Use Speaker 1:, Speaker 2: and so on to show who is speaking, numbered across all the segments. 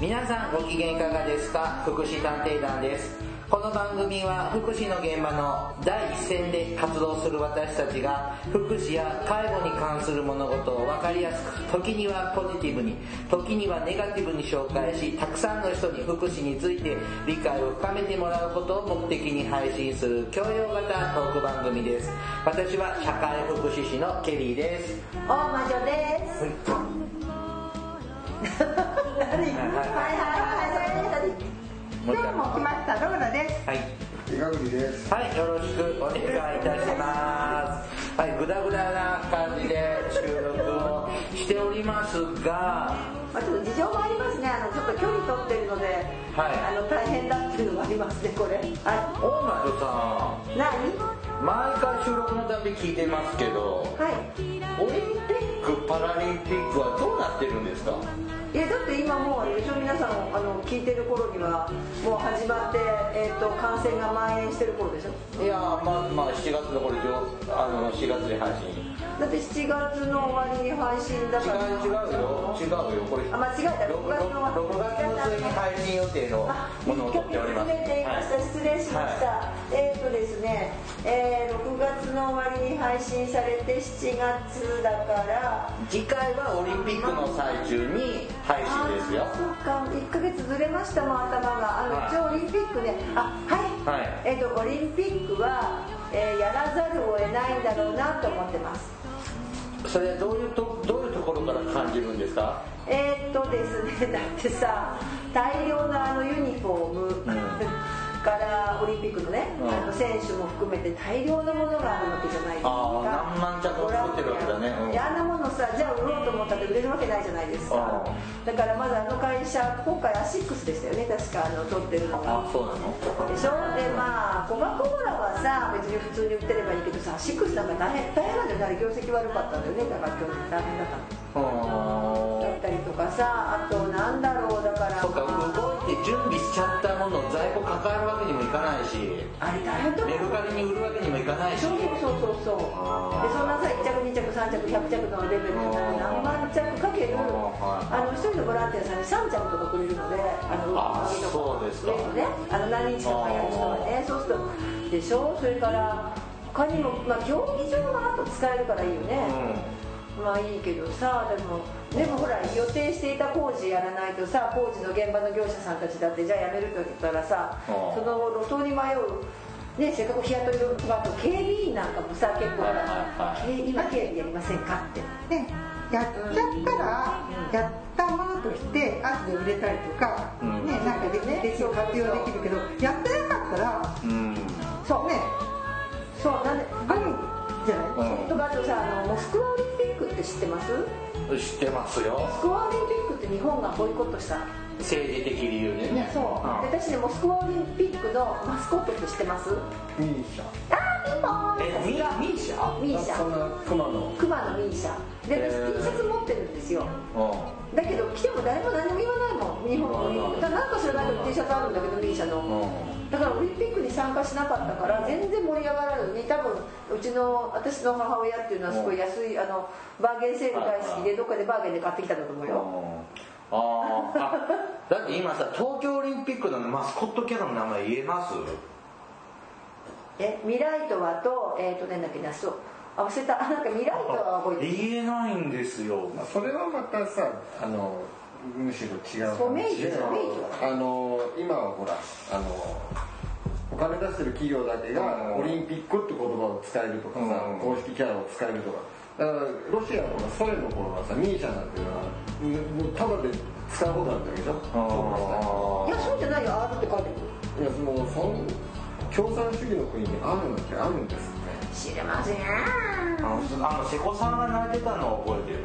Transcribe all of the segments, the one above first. Speaker 1: 皆さんご機嫌いかがですか福祉探偵団ですこの番組は福祉の現場の第一線で活動する私たちが福祉や介護に関する物事を分かりやすく時にはポジティブに時にはネガティブに紹介したくさんの人に福祉について理解を深めてもらうことを目的に配信する教養型トーク番組です私は社会福祉士のケリーです
Speaker 2: 大魔女です。何はいはいはいはい。
Speaker 1: もう
Speaker 2: 今
Speaker 1: 一
Speaker 2: 日
Speaker 1: 回
Speaker 2: も来ましたローラです。
Speaker 1: はい
Speaker 3: 手がくりです。
Speaker 1: はい、よろしくお願いいたします。はい、ぐだぐだな感じで収録をしておりますが、
Speaker 2: まあちょっと事情もありますね。あのちょっと距離取ってるので、
Speaker 1: はい
Speaker 2: あの大変だっていうのもありますねこれ。は
Speaker 1: 大丸さ
Speaker 2: い。何？
Speaker 1: ん、毎回収録のたび聞いてますけど、
Speaker 2: はい。
Speaker 1: オリンピック・パラリンピックはどうなってるんですか
Speaker 2: いやだって今もう一応皆さんあの聞いてる頃にはもう始まってえっ、と感染が蔓延してる頃でしょ。
Speaker 1: いやー、まあ、まあ、7月のこれ、あの4月に配信。
Speaker 2: だって7月の終わりに配信だ
Speaker 1: 違
Speaker 2: から。
Speaker 1: う違うよ、違うよ、これ。
Speaker 2: あ間違えた
Speaker 1: 6
Speaker 2: 6月の
Speaker 1: 月の末に配信予定の
Speaker 2: あ、
Speaker 1: ものを
Speaker 2: 一
Speaker 1: 撮
Speaker 2: 曲
Speaker 1: っており
Speaker 2: 進
Speaker 1: ます。
Speaker 2: めていました。失礼しました。えっ、とですね、えー、6月の終わりに配信されて7月だから。
Speaker 1: 次回はオリンピックの最中に配信ですよ
Speaker 2: あーそっか、1ヶ月ずれましたもん頭が。あの、
Speaker 1: はい
Speaker 2: 一応オリンピックね。あ、はい。
Speaker 1: はい
Speaker 2: えっ、とオリンピックは、えーやらざるを得ないんだろうなと思ってます。
Speaker 1: それはどういうとどういうところから感じるんですか
Speaker 2: えー、っとですねだってさ大量のあのユニフォーム、からオリンピックのね、
Speaker 1: うん
Speaker 2: あの選手も含めて大量のものがあるわけじゃないですか
Speaker 1: あー何万着も作ってるわけだねうん
Speaker 2: であんなものさじゃあ売ろうと思ったって売れるわけないじゃないですかだからまずあの会社今回アシックスでしたよね確かあの取ってるのが
Speaker 1: そうなの
Speaker 2: でしょでまあコカ・コーラはさ別に普通に売ってればいいけどさアシックスなんか大変大変なんだよねあれ業績悪かったんだよねだから業績大変だからだったりとかさあとなんだろうだから
Speaker 1: そう
Speaker 2: ま
Speaker 1: か
Speaker 2: あ
Speaker 1: 動いて準備しちゃったものを在庫抱えるわけにもいかないし
Speaker 2: あれ大変だもん
Speaker 1: メルカリに売るわけにもいかないし
Speaker 2: そうそうそうそうそう
Speaker 1: あー
Speaker 2: でそんなさ1着2着3着100着のレベルじゃなくて何万着かける
Speaker 1: あーはい
Speaker 2: あの一人のボランティアさんに3着とかくれるのであの
Speaker 1: あー
Speaker 2: の
Speaker 1: そうですか
Speaker 2: ねねあの何日か早い人はねそうするとでしょそれから他にもまあ競技場はあと使えるからいいよね、まあいいけどさでもでもほら予定していた工事やらないとさ工事の現場の業者さんたちだってじゃあやめると言ったらさ
Speaker 1: ああ
Speaker 2: その路頭に迷うね、せっかく日雇いのあと警備員なんかもさ結構、
Speaker 1: はいはいは
Speaker 2: 警今警備やりませんかって
Speaker 4: でやっちゃったら、やったものとして後で売れたりとか、
Speaker 1: うん
Speaker 4: ねなんかでき
Speaker 2: ね
Speaker 4: できる活用できるけどやってなかったら
Speaker 1: うん
Speaker 2: そう
Speaker 4: ね
Speaker 2: そうなんで
Speaker 4: ゴミじゃない、
Speaker 1: うん
Speaker 2: とかあとさあのモスクワオリンピックって知ってますモ
Speaker 1: うん知ってますよ
Speaker 2: スクワオリンピックって日本がボイコットした
Speaker 1: 政治的理由でね
Speaker 2: そう、で私ねモスクワオリンピックのマスコットって知ってます
Speaker 3: ミーシャ。
Speaker 2: あ
Speaker 1: うんえミミーシャ
Speaker 2: ミーシャ
Speaker 3: その熊の。
Speaker 2: クマのミーシャで
Speaker 1: へー
Speaker 2: 私 T シャツ持ってるんですよ
Speaker 1: う
Speaker 2: だけど着ても誰も何も言わないもん日本
Speaker 1: 言わな
Speaker 2: の
Speaker 1: い
Speaker 2: だからなんか知らないけど T シャツあるんだけどミーシャ
Speaker 1: ん
Speaker 2: の
Speaker 1: うん
Speaker 2: だからオリンピックに参加しなかったから全然盛り上がらずに多分うちの私の母親っていうのはすごい安いあのバーゲンセール大好き
Speaker 1: はいは
Speaker 2: でどっかでバーゲンで買ってきたんだと思うよ
Speaker 1: あーあだって今さ東京オリンピックのマスコットキャラの名前言えます
Speaker 2: えミライトワとえっ、とねなんだっけなそうあ忘れたあなんかミライトワは覚えてる
Speaker 1: 言えないんですよ
Speaker 3: まあそれはまたさ、あの、むしろ違う
Speaker 2: ソメ
Speaker 3: 話
Speaker 2: イ
Speaker 3: で
Speaker 2: トソメイト
Speaker 3: あの、今はほら、あの、お金出してる企業だけが
Speaker 1: うん
Speaker 3: オリンピックって言葉を使えるとかさ
Speaker 1: うん、
Speaker 3: 公式キャラを使えるとか。だからロシアのほらソ連の頃はさ、ミーシャなんていうのは、もうただで使う方なんだけど、
Speaker 2: いやそうじゃないよ R って書いてる
Speaker 3: いやそのそん共産主義の国にあるのってあるんですね
Speaker 2: 知りません
Speaker 1: あのあの瀬古さんが泣いてたのを覚えてる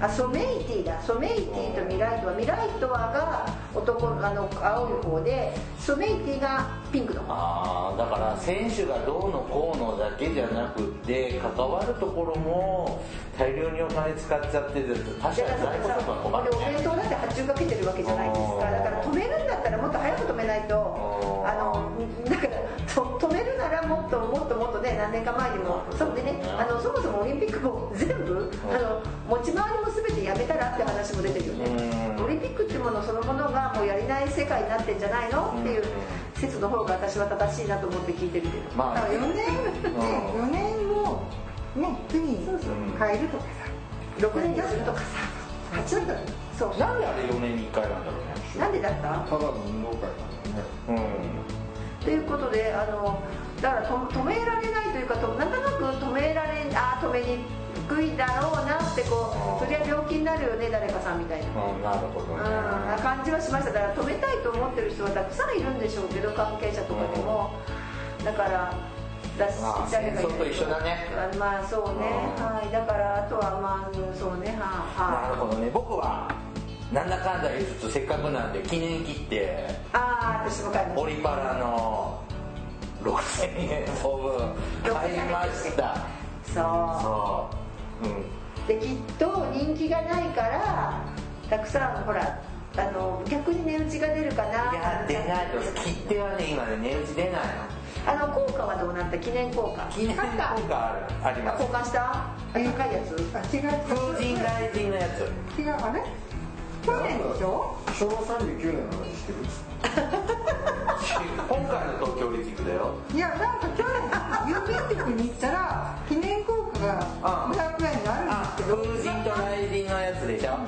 Speaker 2: あソメイティだソメイティとミライトワミライトワが男あの青い方でソメイティが
Speaker 5: ピンクの
Speaker 1: あーだから選手がどうのこうのだけじゃなくて関わるところも大量にお金使っちゃってる他社
Speaker 2: だ
Speaker 1: に
Speaker 2: か
Speaker 1: 在庫と
Speaker 2: ら
Speaker 1: か
Speaker 2: さ
Speaker 1: 困
Speaker 2: 俺
Speaker 1: る
Speaker 2: お弁
Speaker 1: ね
Speaker 2: 当だって発注かけてるわけじゃないですかだから止めるんだったらもっと早く止めないと
Speaker 1: あ
Speaker 2: あのだからと止めるならもっともっともっとね何年か前にもそうでねあのそもそもオリンピックも全部あの持ち回りも全てやめたらって話も出てるよね
Speaker 1: うん
Speaker 2: オリンピックってものそのものがもうやりない世界になってんじゃないのっていう説の方が私は正しいなと思って聞いてるけど
Speaker 1: まあ
Speaker 2: だから
Speaker 1: ね
Speaker 2: 4年
Speaker 1: うん
Speaker 2: ね
Speaker 1: う
Speaker 2: 4年をね区に変えるとかさ6年出すとかさ8年とかそう
Speaker 1: なんであれ4年に1回なんだろ
Speaker 2: なんでだった
Speaker 3: ただの運動会だからね
Speaker 1: うね
Speaker 2: ということであのだからと止められないというかとなんとなく止められあー止めにくいだろうなってこうそりゃ病気になるよね誰かさんみたいな。
Speaker 1: うん、うん、なるほどね
Speaker 2: うんな感じはしましただから止めたいと思ってる人はたくさんいるんでしょうけど関係者とかでもだから出し
Speaker 1: まあ
Speaker 2: てあげばいい
Speaker 1: 戦争と一緒だね
Speaker 2: あまあそうね
Speaker 1: うん
Speaker 2: はいだからあとはまあうんそうね
Speaker 1: な
Speaker 2: は
Speaker 1: るほどね僕はなんだかんだ言いつつせっかくなんで記念切って
Speaker 2: いはいああ私も買いま
Speaker 1: オ
Speaker 2: し
Speaker 1: リパラの6000円相分買いました
Speaker 2: たそ
Speaker 1: そう、うん、
Speaker 2: うできっと人気がないからたくさんほらあの逆に値打ちが出るかない
Speaker 1: や出ないと切手はね今ね値打ち出ない
Speaker 2: あの効果はどうなった記念効果
Speaker 1: の記念効果あるあり
Speaker 2: あ
Speaker 1: ます
Speaker 2: 交換したあ高いやつ
Speaker 5: あ違う違
Speaker 1: 風神雷神のやつ
Speaker 5: う違うあれ去年でしょ
Speaker 3: 昭和39年の話してる
Speaker 1: 今回の東京オリンピックだよ
Speaker 5: いやなんか去年郵便局に行ったら記念硬貨が500円にあ
Speaker 1: あ風神と雷神のやつでしょうん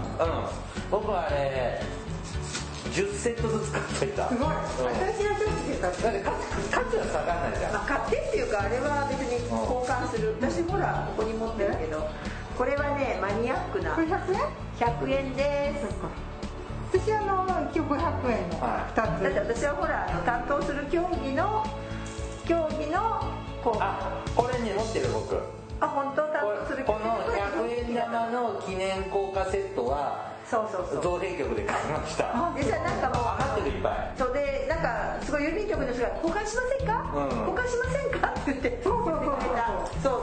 Speaker 1: 僕はあれ10セットずつ買っといた
Speaker 5: るんですすごい
Speaker 1: うん
Speaker 5: 私はちょっと買って
Speaker 1: だって価値価値は下がらないじゃん
Speaker 2: まあ、買ってっていうかあれは別に交換する私ほらここに持ってるけどこれはねマニアックな
Speaker 5: これ100円
Speaker 2: 100円です
Speaker 5: 私あの一応500円の2つ、
Speaker 2: だって私はほらあの担当する競技の競技のこうあ
Speaker 1: あこれね持ってる僕こ
Speaker 2: 本当担当す
Speaker 1: れ
Speaker 2: る
Speaker 1: この100円玉の記念硬貨セットは
Speaker 2: そうそうそう
Speaker 1: 造幣局で買いました
Speaker 2: でじゃあなんかもう
Speaker 1: 余ってるいっぱい
Speaker 2: そうでなんかすごい郵便局の人が「交換しませんか
Speaker 1: うん
Speaker 2: 交換しませんか?」って言ってそうそ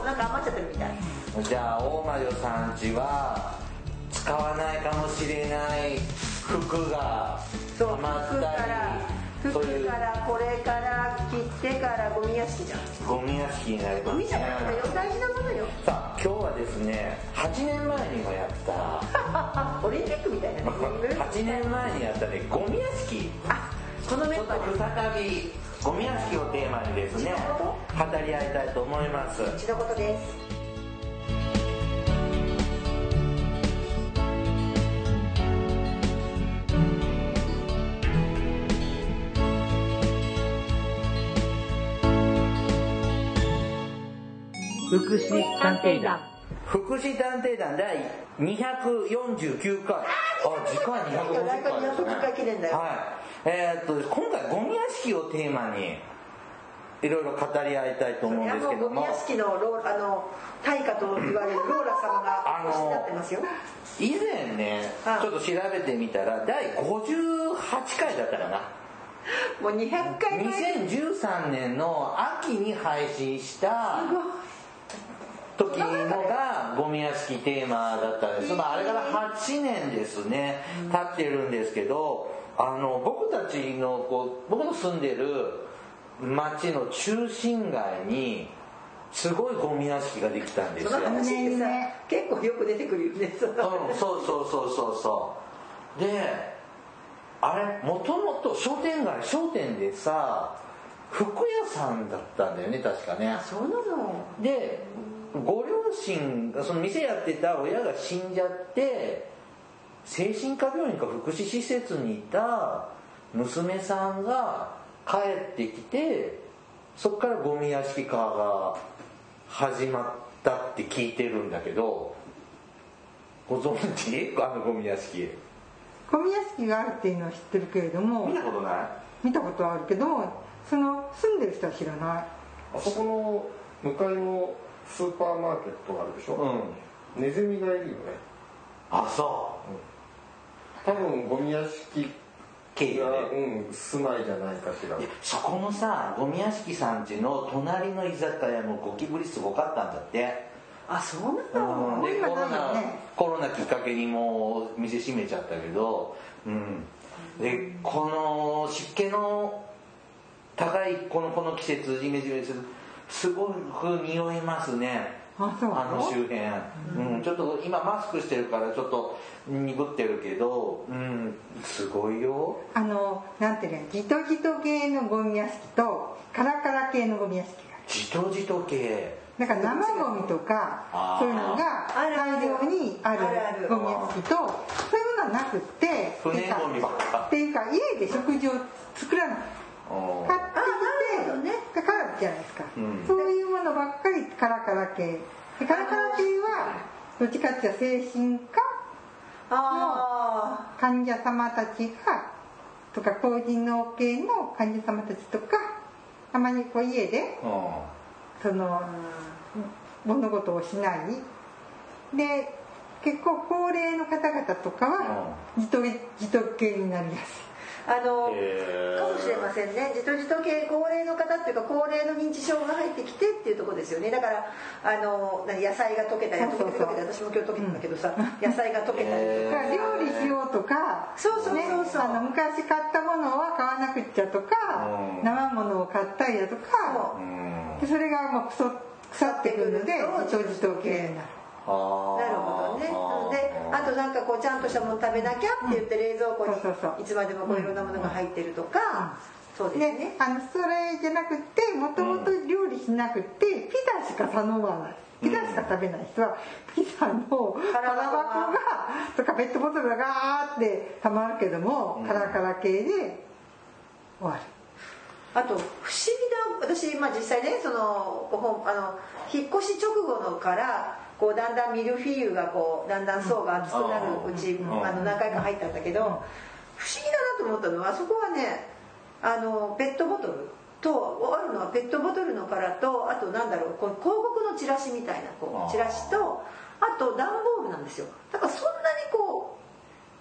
Speaker 2: うそうそうなんか余っちゃってるみたい
Speaker 1: じゃあ大魔女さんちは使わないかもしれない服が
Speaker 2: そう
Speaker 1: たま
Speaker 2: 服
Speaker 1: っ
Speaker 2: か
Speaker 1: た
Speaker 2: ら
Speaker 1: り
Speaker 2: 服
Speaker 1: そういう
Speaker 2: からこれから切ってからゴミ屋敷じゃん
Speaker 1: ゴミ屋敷になりま
Speaker 2: ゴ
Speaker 1: す
Speaker 2: ミじゃ
Speaker 1: ね
Speaker 2: ないんだよ大事なものよ
Speaker 1: さあ今日はですね8年前にもやった
Speaker 2: オリンピックみたいなね
Speaker 1: 8年前にやったねゴミ屋敷
Speaker 2: あこのメ
Speaker 1: ちょっ
Speaker 2: ンバー
Speaker 1: と
Speaker 2: で
Speaker 1: 再びゴミ屋敷をテーマにですね語り合いたいと思います
Speaker 2: うちのことです
Speaker 6: 福祉探偵団
Speaker 1: 福祉探偵団第249回あ時間250回ですね
Speaker 2: 250回記念だよ
Speaker 1: はいえーっと今回ゴミ屋敷をテーマにいろいろ語り合いたいと思うん
Speaker 2: いや
Speaker 1: です
Speaker 2: も
Speaker 1: け
Speaker 2: う
Speaker 1: ど
Speaker 2: ゴミ
Speaker 1: も
Speaker 2: 屋敷のローあの大家と言われるローラ様
Speaker 1: あ
Speaker 2: が
Speaker 1: の
Speaker 2: おしになってますよ
Speaker 1: 以前ね
Speaker 2: はい
Speaker 1: ちょっと調べてみたら第58回だったかな
Speaker 2: もう200回ぐらい
Speaker 1: 2013年の秋に配信した時のがゴミ屋敷テーマだったんです、まあ、あれから8年ですね経ってるんですけどあの僕たちのこう僕の住んでる町の中心街にすごいゴミ屋敷ができたんです
Speaker 2: そ
Speaker 1: よ
Speaker 2: の話ってさ結構よく出てくるよねその
Speaker 1: うん、そうそうそうそうそうであれもともと商店街商店でさ服屋さんだったんだよね確かね
Speaker 2: そうなの
Speaker 1: でご両親がその店やってた親が死んじゃって精神科病院か福祉施設にいた娘さんが帰ってきてそっからゴミ屋敷化が始まったって聞いてるんだけどご存知 あのゴミ屋敷
Speaker 5: ゴミ屋敷があるっていうのは知ってるけれども
Speaker 1: 見たことない
Speaker 5: 見たことはあるけどその住んでる人は知らない
Speaker 3: あそこの向かいのスーパーマーケットがあるでしょ、
Speaker 1: うん
Speaker 3: ネズミがいるよね
Speaker 1: あそ
Speaker 3: 多分ゴミ屋敷
Speaker 1: 経由で、
Speaker 3: うん、住まいじゃないかしら
Speaker 1: いやそこのさゴミ屋敷さんちの隣の居酒屋もゴキブリすごかったんだって
Speaker 5: あそうなんだ
Speaker 1: うん
Speaker 5: もう
Speaker 1: で
Speaker 5: 今
Speaker 1: コロ
Speaker 5: ないよ
Speaker 1: ナ
Speaker 5: ね
Speaker 1: コロナきっかけにもう店閉めちゃったけど、うん、でこの湿気の高いこのこの季節ジメジメするすごく匂いますね
Speaker 5: あそう
Speaker 1: あの周辺、うんちょっと今マスクしてるからちょっと鈍ってるけど、うん、すごいよ
Speaker 4: あのなんていうのギトギト系のゴミ屋敷とカラカラ系のゴミ屋敷がある
Speaker 1: じとじと系
Speaker 4: なんか生ゴミと
Speaker 1: あー
Speaker 4: かそういうのが
Speaker 5: あるあ
Speaker 4: 大
Speaker 5: る
Speaker 4: 量にある
Speaker 5: あるある
Speaker 4: ゴミ屋敷とそういうものはなくって
Speaker 1: 不燃ゴミばっか
Speaker 4: っていうか家で食事を作らない
Speaker 1: うん
Speaker 4: 買ってきてだからじゃないですか、
Speaker 1: うん
Speaker 4: そういうものばっかりカラカラ系でカラカラ系はどっちかっていうと精神科
Speaker 5: あ
Speaker 4: 患者様たちがとか高人の系の患者様たちとかたまにこう家で
Speaker 1: うん
Speaker 4: その物事をしないで結構高齢の方々とかは自と自得系になりやす
Speaker 2: あの
Speaker 1: へー
Speaker 2: かもしれませんねじとじと系高齢の方っていうか高齢の認知症が入ってきてっていうところですよねだからあの何野菜が溶けたり
Speaker 4: そうそ
Speaker 2: 溶
Speaker 4: う
Speaker 2: け
Speaker 4: そ
Speaker 2: た
Speaker 4: う
Speaker 2: り私も今日溶けたんだけどさ、野菜が溶けたり
Speaker 4: い
Speaker 1: へ
Speaker 2: と
Speaker 4: だ
Speaker 2: か
Speaker 4: から料理しようとか
Speaker 2: そうそう
Speaker 4: ね
Speaker 2: そうそう
Speaker 4: あの昔買ったものは買わなくっちゃとか
Speaker 1: うん
Speaker 4: 生ものを買ったりだと
Speaker 1: う
Speaker 4: か
Speaker 1: ん
Speaker 4: でそれがもう腐腐ってくるので自と自得系になる。
Speaker 1: あー
Speaker 2: なるほどねであとなんかこうちゃんとしたもの食べなきゃって言って冷蔵庫に
Speaker 4: そうそうそう
Speaker 2: いつまでもこういろんなものが入ってるとかそうですね
Speaker 4: ね、あのそれじゃなくてもともと料理しなくて、ピザしか頼まないピザしか食べない人はピザの
Speaker 2: 空
Speaker 4: 空
Speaker 2: 箱が
Speaker 4: 箱がとかペットボトルがガーってたまるけども、カラカラ系で終わ
Speaker 2: あと不思議な私、まあ、実際ねそのご本あの引っ越し直後のからこうだんだんミルフィーユがこうだんだん層が厚くなるうち、
Speaker 1: うん
Speaker 2: あの何回か入ったんだけど、不思議だなと思ったのはそこはねあのペットボトルとあるのはペットボトルの殻とあとなんだろうこう広告のチラシみたいな
Speaker 1: あ
Speaker 2: こ
Speaker 1: ー
Speaker 2: うチラシとあと段ボールなんですよだからそんなにこう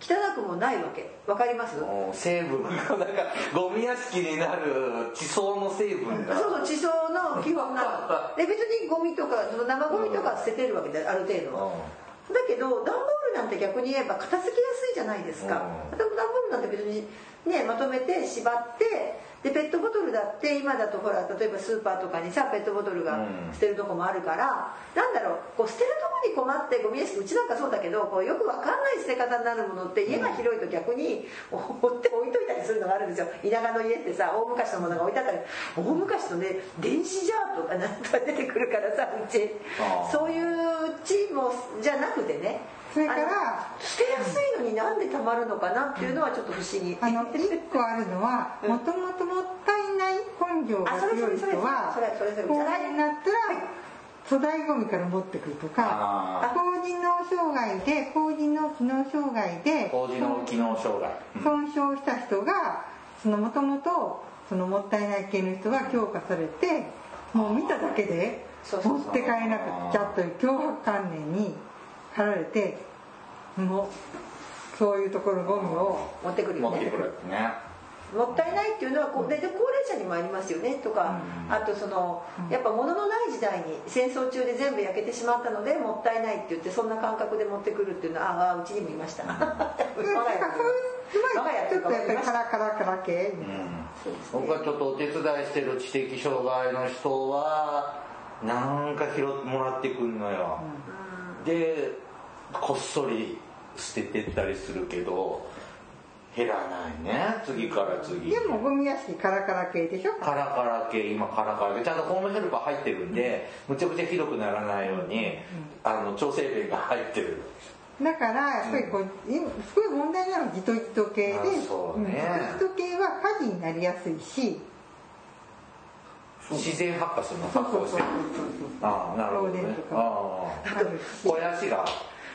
Speaker 2: 汚くもないわけわかります
Speaker 1: もう成分がなんかゴミ屋敷になる地層の成分が
Speaker 2: そうそう地層の基本なので別にゴミとかその生ゴミとか捨ててるわけである程度はだけど段ボールなんて逆に言えば片付けやすいじゃないですか
Speaker 1: う
Speaker 2: でも段ボールなんて別にねまとめて縛ってでペットボトルだって今だとほら例えばスーパーとかにさペットボトルが
Speaker 1: うん
Speaker 2: 捨てるとこもあるから、なんだろうこう捨てるとこに困ってゴミ屋敷うちなんかそうだけどこうよくわかんない捨て方になるものって家が広いと逆にお放って置いといたりするのがあるんですよ田舎の家ってさ大昔のものが置いてあったり大昔のね電子ジャーとかなんとか出てくるからさうち
Speaker 1: あー
Speaker 2: そういううちもじゃなくてね
Speaker 4: それから
Speaker 2: あの捨てやすいのになんでたまるのかなっていうのはちょっと不思議、
Speaker 4: るあの1個あるのはもともともったいない根性が
Speaker 2: あそれそ
Speaker 4: 強い
Speaker 2: れそれ
Speaker 4: 人は
Speaker 2: それそれそれ
Speaker 4: 高齢になったら粗大ゴミから持ってくるとか
Speaker 1: あ
Speaker 4: 高人脳障害で高人脳機能障害で
Speaker 1: 工事の機能障害
Speaker 4: 損傷した人がもともとそのもったいない系の人が強化されてもう見ただけで
Speaker 2: そうそう
Speaker 4: 持
Speaker 2: そう
Speaker 4: って帰らなくちゃという脅迫観念に駆られてもうそういうところゴミを
Speaker 2: 持ってくるよ
Speaker 1: 持
Speaker 2: ね
Speaker 1: ってくるやつね
Speaker 2: もったいないっていうのはこうでで高齢者にもありますよねとか、あとそのやっぱ物のない時代に戦争中で全部焼けてしまったのでもったいないって言ってそんな感覚で持ってくるっていうのはああうちにもいました 我が
Speaker 4: だからそういうのはちょっとやっぱりカラカラカラ系みたいな
Speaker 1: 僕がちょっとお手伝いしてる知的障害の人はなんか拾ってもらってくんのよ、でこっそり捨ててったりするけど減らないね次から次
Speaker 4: でもゴミ屋敷カラカラ系でしょ
Speaker 1: カラカラ系今カラカラ系ちゃんとホームヘルパー入ってるんでむちゃくちゃひどくならないようにあの調整弁が入ってる
Speaker 4: だからやっぱりこう、今すごい問題なのはじとじと系で
Speaker 1: あそうね
Speaker 4: うんじとじと系は火事になりやすいし
Speaker 1: 自然発火するの
Speaker 4: そう
Speaker 1: 発
Speaker 4: そう
Speaker 1: 酵し
Speaker 4: そうそう
Speaker 1: てああなるほど
Speaker 4: 漏
Speaker 1: ね
Speaker 4: 電とか
Speaker 1: ああ
Speaker 4: あるし
Speaker 1: 肥やしが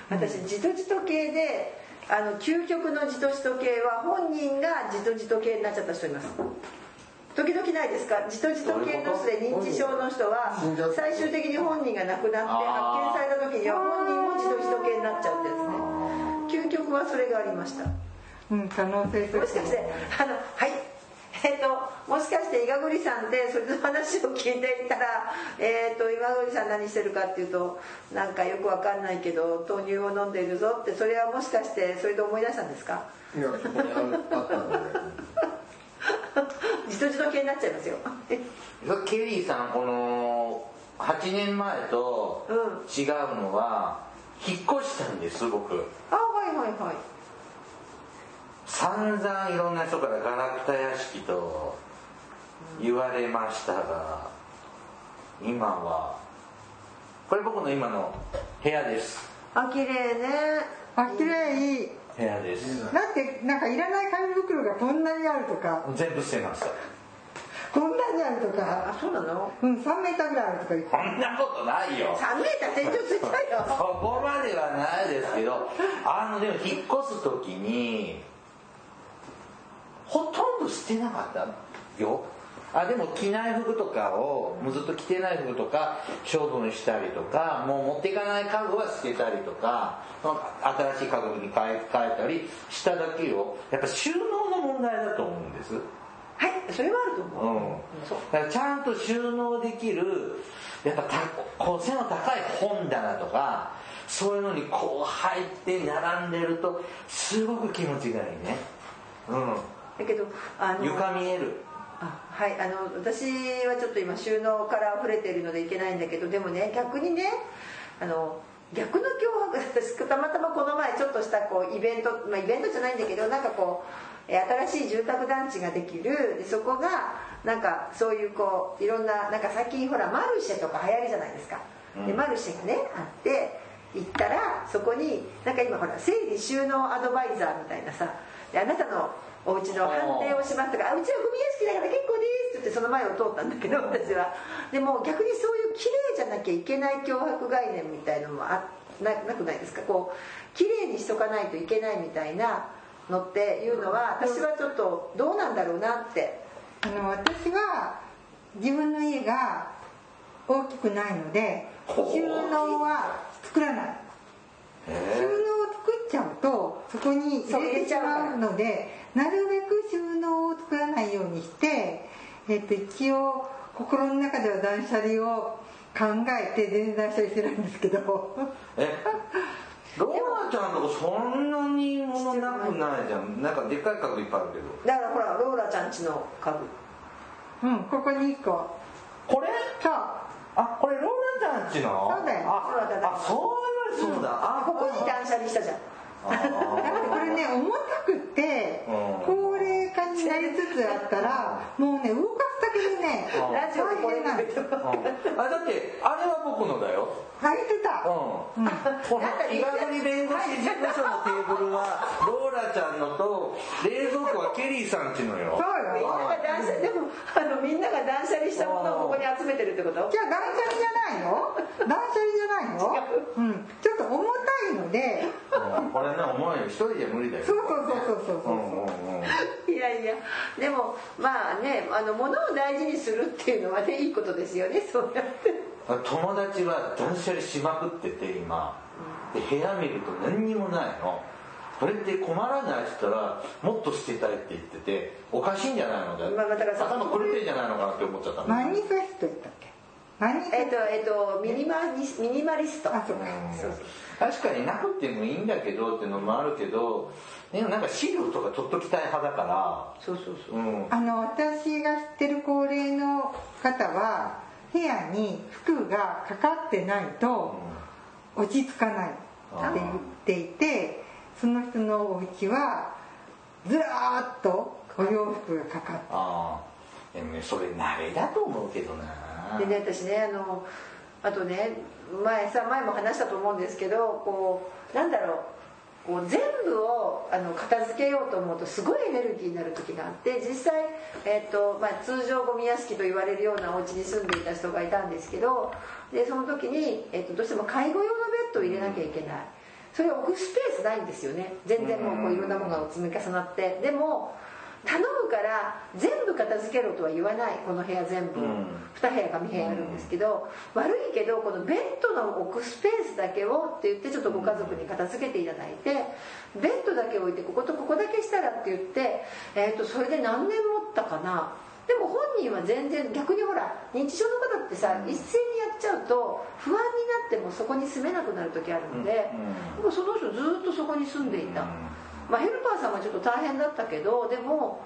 Speaker 2: 私じとじと系であの究極のじとじと系は本人がじとじと系になっちゃった人います時々ないですかじとじと系の人で認知症の人は
Speaker 3: 死んじゃう
Speaker 2: 最終的に本人が亡くなって
Speaker 1: あー
Speaker 2: 発見された時には本人もじとじと系になっちゃうってですね究極はそれがありました
Speaker 4: うん、可能性と
Speaker 2: もしかしてあのはい えっ、ともしかして伊賀栗さんってそれの話を聞いていたら えっ、と伊賀栗さん何してるかっていうとなんかよくわかんないけど豆乳を飲んでいるぞってそれはもしかしてそれで思い出したんですか
Speaker 3: いやそこにあるあったので
Speaker 2: じとじと系になっちゃいますよ
Speaker 1: ケリーさんこの8年前と違うのは、引っ越したんです僕
Speaker 2: あはいはいはい
Speaker 1: 散々いろんな人からガラクタ屋敷と言われましたが今はこれ僕の今の部屋です
Speaker 2: あ綺麗ね
Speaker 4: あ綺麗いい
Speaker 1: 部屋です
Speaker 4: だってなんかいらない紙袋がこんなにあるとか
Speaker 1: 全部捨てました
Speaker 4: こんなにあるとか、
Speaker 2: あそうなの
Speaker 4: うん、3メーターぐらいあるとか言って
Speaker 1: こんなことないよ
Speaker 2: 3メーター天井ついた
Speaker 1: そ
Speaker 2: よ
Speaker 1: こまではないですけどあのでも引っ越す時にほとんど捨てなかったよあでも着ない服とかをもうずっと着てない服とか処分したりとかもう持っていかない家具は捨てたりとかその新しい家具に買い替えたりしただけよやっぱ収納の問題だと思うんです
Speaker 2: はいそれはあると思うそう
Speaker 1: だからちゃんと収納できるやっぱたこう背の高い本棚とかそういうのにこう入って並んでるとすごく気持ちがいいねう
Speaker 2: だけどあ
Speaker 1: ん
Speaker 2: の
Speaker 1: 床見える
Speaker 2: あはいあの私はちょっと今収納から溢れているのでいけないんだけどでもね逆にねあの逆の脅迫私たまたまこの前ちょっとしたこうイベント、まあ、イベントじゃないんだけどなんかこうえー新しい住宅団地ができるでそこがなんかそういうこういろんななんか最近ほらマルシェとか流行るじゃないですか、でマルシェがねあって行ったらそこになんか今ほら整理収納アドバイザーみたいなさであなたのお家の判定をしますとか「あうちはゴミ屋敷だから結構です」って言ってその前を通ったんだけど私はでも逆にそういう綺麗じゃなきゃいけない脅迫概念みたいのもあななくないですかこう綺麗にしとかないといけないみたいなのっていうのは私はちょっとどうなんだろうなって
Speaker 4: あの私は自分の家が大きくないので収
Speaker 1: ほう
Speaker 4: 納は作らない収納を作っちゃうとそこに
Speaker 2: そう
Speaker 4: 入れてしまうのでなるべく収納を作らないようにして、えっと一応心の中では断捨離を考えて全然断捨離してないんですけど
Speaker 1: えローラちゃんとこそんなに物なくないじゃんなんかでっかい家具いっぱいあるけど
Speaker 2: だからほらローラちゃんちの家具
Speaker 4: うんここに1個
Speaker 1: これ
Speaker 4: そう
Speaker 1: あこれローラちゃんちの
Speaker 4: そうだよ
Speaker 1: あ
Speaker 2: そうだ
Speaker 1: あそう言われそうだ、あ
Speaker 2: ここに断捨離したじゃん
Speaker 1: あー
Speaker 4: だってこれね重たくって
Speaker 1: うん
Speaker 4: 高齢化になりつつあったらもうね動かすだけでね
Speaker 1: うん
Speaker 2: ラジオでこれ
Speaker 4: 大
Speaker 2: 見
Speaker 4: 変
Speaker 2: て
Speaker 4: な
Speaker 2: て
Speaker 4: の
Speaker 1: うんあだってあれは僕のだよ
Speaker 4: 入ってた
Speaker 1: うん、この伊賀国弁護士事務所のテーブルはローラちゃんのと冷蔵庫はケリーさんちのよ
Speaker 4: そう
Speaker 2: みん
Speaker 4: よ
Speaker 2: なが断捨でもあのみんなが断捨離したものをここに集めてるってこと
Speaker 4: じゃあ断捨離じゃないの断捨離じゃないのうんちょっと重たいので
Speaker 1: うんこれね重いよ一人じゃ無理だよ
Speaker 4: そうそうそうそうそう
Speaker 1: う
Speaker 4: そうん
Speaker 1: うんうん
Speaker 2: いやいやでもまあねあの物を大事にするっていうのはねいいことですよねそう やって
Speaker 1: 友達は断捨離しまくってて今で部屋見ると何にもないのこれって困らないって言ったらもっと捨てたいって言ってておかしいんじゃないのだよ
Speaker 2: まあまあだから
Speaker 1: 頭狂ってんじゃないのかなって思っちゃったの
Speaker 4: マニフェストやったっけマニフ
Speaker 2: え
Speaker 4: ェ
Speaker 2: っ
Speaker 4: ス
Speaker 2: とえっとミニマリスミニマリスト
Speaker 4: トあそうか
Speaker 2: そうそう
Speaker 1: 確かになくてもいいんだけどっていうのもあるけどでもなんか資料とか取っときたい派だか
Speaker 2: そうそう
Speaker 1: らうん
Speaker 4: あの私が知ってる高齢の方は部屋に服がかかってないと落ち着かないって言っていてその人のお家はずらーっとお洋服がかかって
Speaker 1: ああでもねそれ慣れだと思うけどな
Speaker 2: でね私ねあのあとね前さ前も話したと思うんですけどこうなんだろうこう全部をあの片付けようと思うとすごいエネルギーになる時があって実際、えっとまあ、通常ゴミ屋敷と言われるようなお家に住んでいた人がいたんですけどでその時に、えっとどうしても介護用のベッドを入れなきゃいけないそれを置くスペースないんですよね全然もうこういろんなものが積み重なってでも頼むうから全部片付けろとは言わないこの部屋全部、
Speaker 1: うん
Speaker 2: 2部屋か3部屋あるんですけど、悪いけどこのベッドの置くスペースだけをって言ってちょっとご家族に片付けていただいてベッドだけ置いてこことここだけしたらって言って、えー、とそれで何年持ったかなでも本人は全然逆にほら認知症の方ってさ、一斉にやっちゃうと不安になってもそこに住めなくなる時あるので、もうその人ずっとそこに住んでいた。まあ、ヘルパーさんはちょっと大変だったけどでも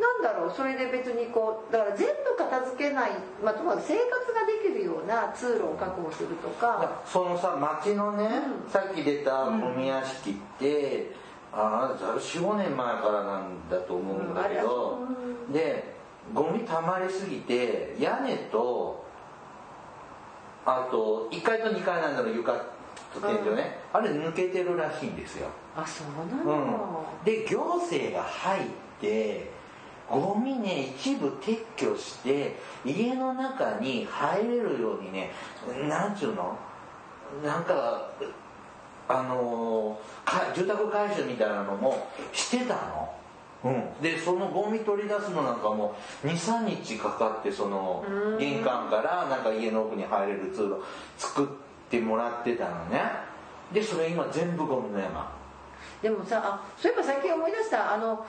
Speaker 2: なんだろうそれで別にこうだから全部片付けない、まあ、ともかく生活ができるような通路を確保するとか
Speaker 1: そのさ町のね、
Speaker 2: うん
Speaker 1: さっき出たゴミ屋敷って、ああ45年前からなんだと思うんだけど、でゴミ溜まりすぎて屋根とあと1階と2階なんだろう床と天井ね、あれ抜けてるらしいんですよ、
Speaker 2: あそうな
Speaker 1: う
Speaker 2: の、
Speaker 1: ん、で行政が入ってゴミね一部撤去して家の中に入れるようにねなんちゅうのなんかあのーか住宅改修みたいなのもしてたの。うん、でそのゴミ取り出すのなんかも23日かかってその玄関からなんか家の奥に入れる通路作ってもらってたのねでそれ今全部ゴミの山
Speaker 2: でもさあそういえば最近思い出したあの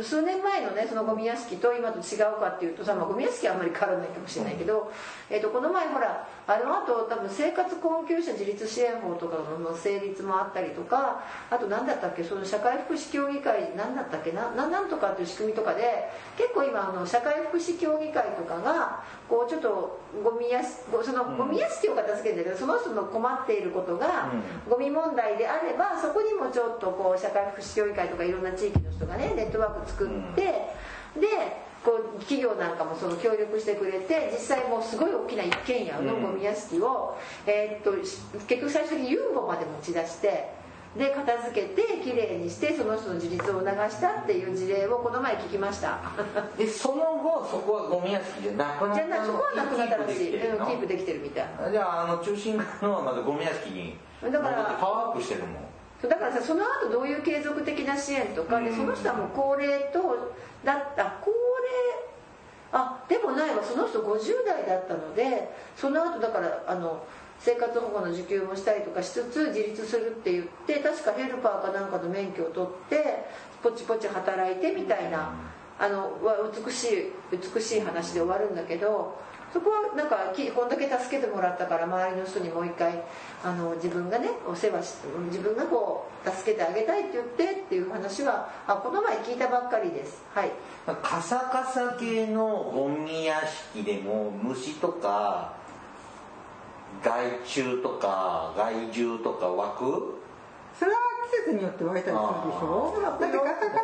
Speaker 2: 数年前のねそのゴミ屋敷と今と違うかっていうとさ、まあ、ゴミ屋敷はあんまり変わらないかもしれないけど、えっとこの前ほらあのあと多分生活困窮者自立支援法とかの成立もあったりとかあと何だったっけその社会福祉協議会何だったっけなななんとかっていう仕組みとかで結構今あの社会福祉協議会とかがこうちょっとゴミ屋敷そのゴミ屋敷を片付けてるんだけどその人の困っていることが、ゴミ問題であればそこにもちょっとこう社会福祉協議会とかいろんな地域の人がねネットワーク作って、でこう企業なんかもその協力してくれて実際もうすごい大きな一軒家のゴミ屋敷を、えーっとし結局最終的にユンボまで持ち出して。で片付けてきれいにしてその人の自立を促したっていう事例をこの前聞きました
Speaker 1: でその後そこはゴミ屋敷じゃなくなっ
Speaker 2: じゃ
Speaker 1: た
Speaker 2: あなそこはなくなったらし
Speaker 1: キープできて
Speaker 2: い
Speaker 1: る
Speaker 2: うん
Speaker 1: の
Speaker 2: キープできてるみたい
Speaker 1: じゃああの中心街のまずゴミ屋敷に
Speaker 2: だ
Speaker 1: 戻
Speaker 2: か
Speaker 1: って
Speaker 2: ら
Speaker 1: パワーアップしてるもん
Speaker 2: そうだからさその後どういう継続的な支援とかでその人はもう高齢とだった高齢あでもないわその人50代だったのでその後だからあの生活保護の受給もしたりとかしつつ自立するって言って確かヘルパーかなんかの免許を取ってポチポチ働いてみたいなあのわ美しい美しい話で終わるんだけどそこはなんかきこんだけ助けてもらったから周りの人にもう一回あの自分がねお世話し自分がこう助けてあげたいって言ってっていう話はあこの前聞いたばっかりですはい
Speaker 1: カサカサ系のゴミ屋敷でも虫とか害虫とか害獣とか湧く
Speaker 4: それは季節によって湧いたりするでしょだってガタガタ系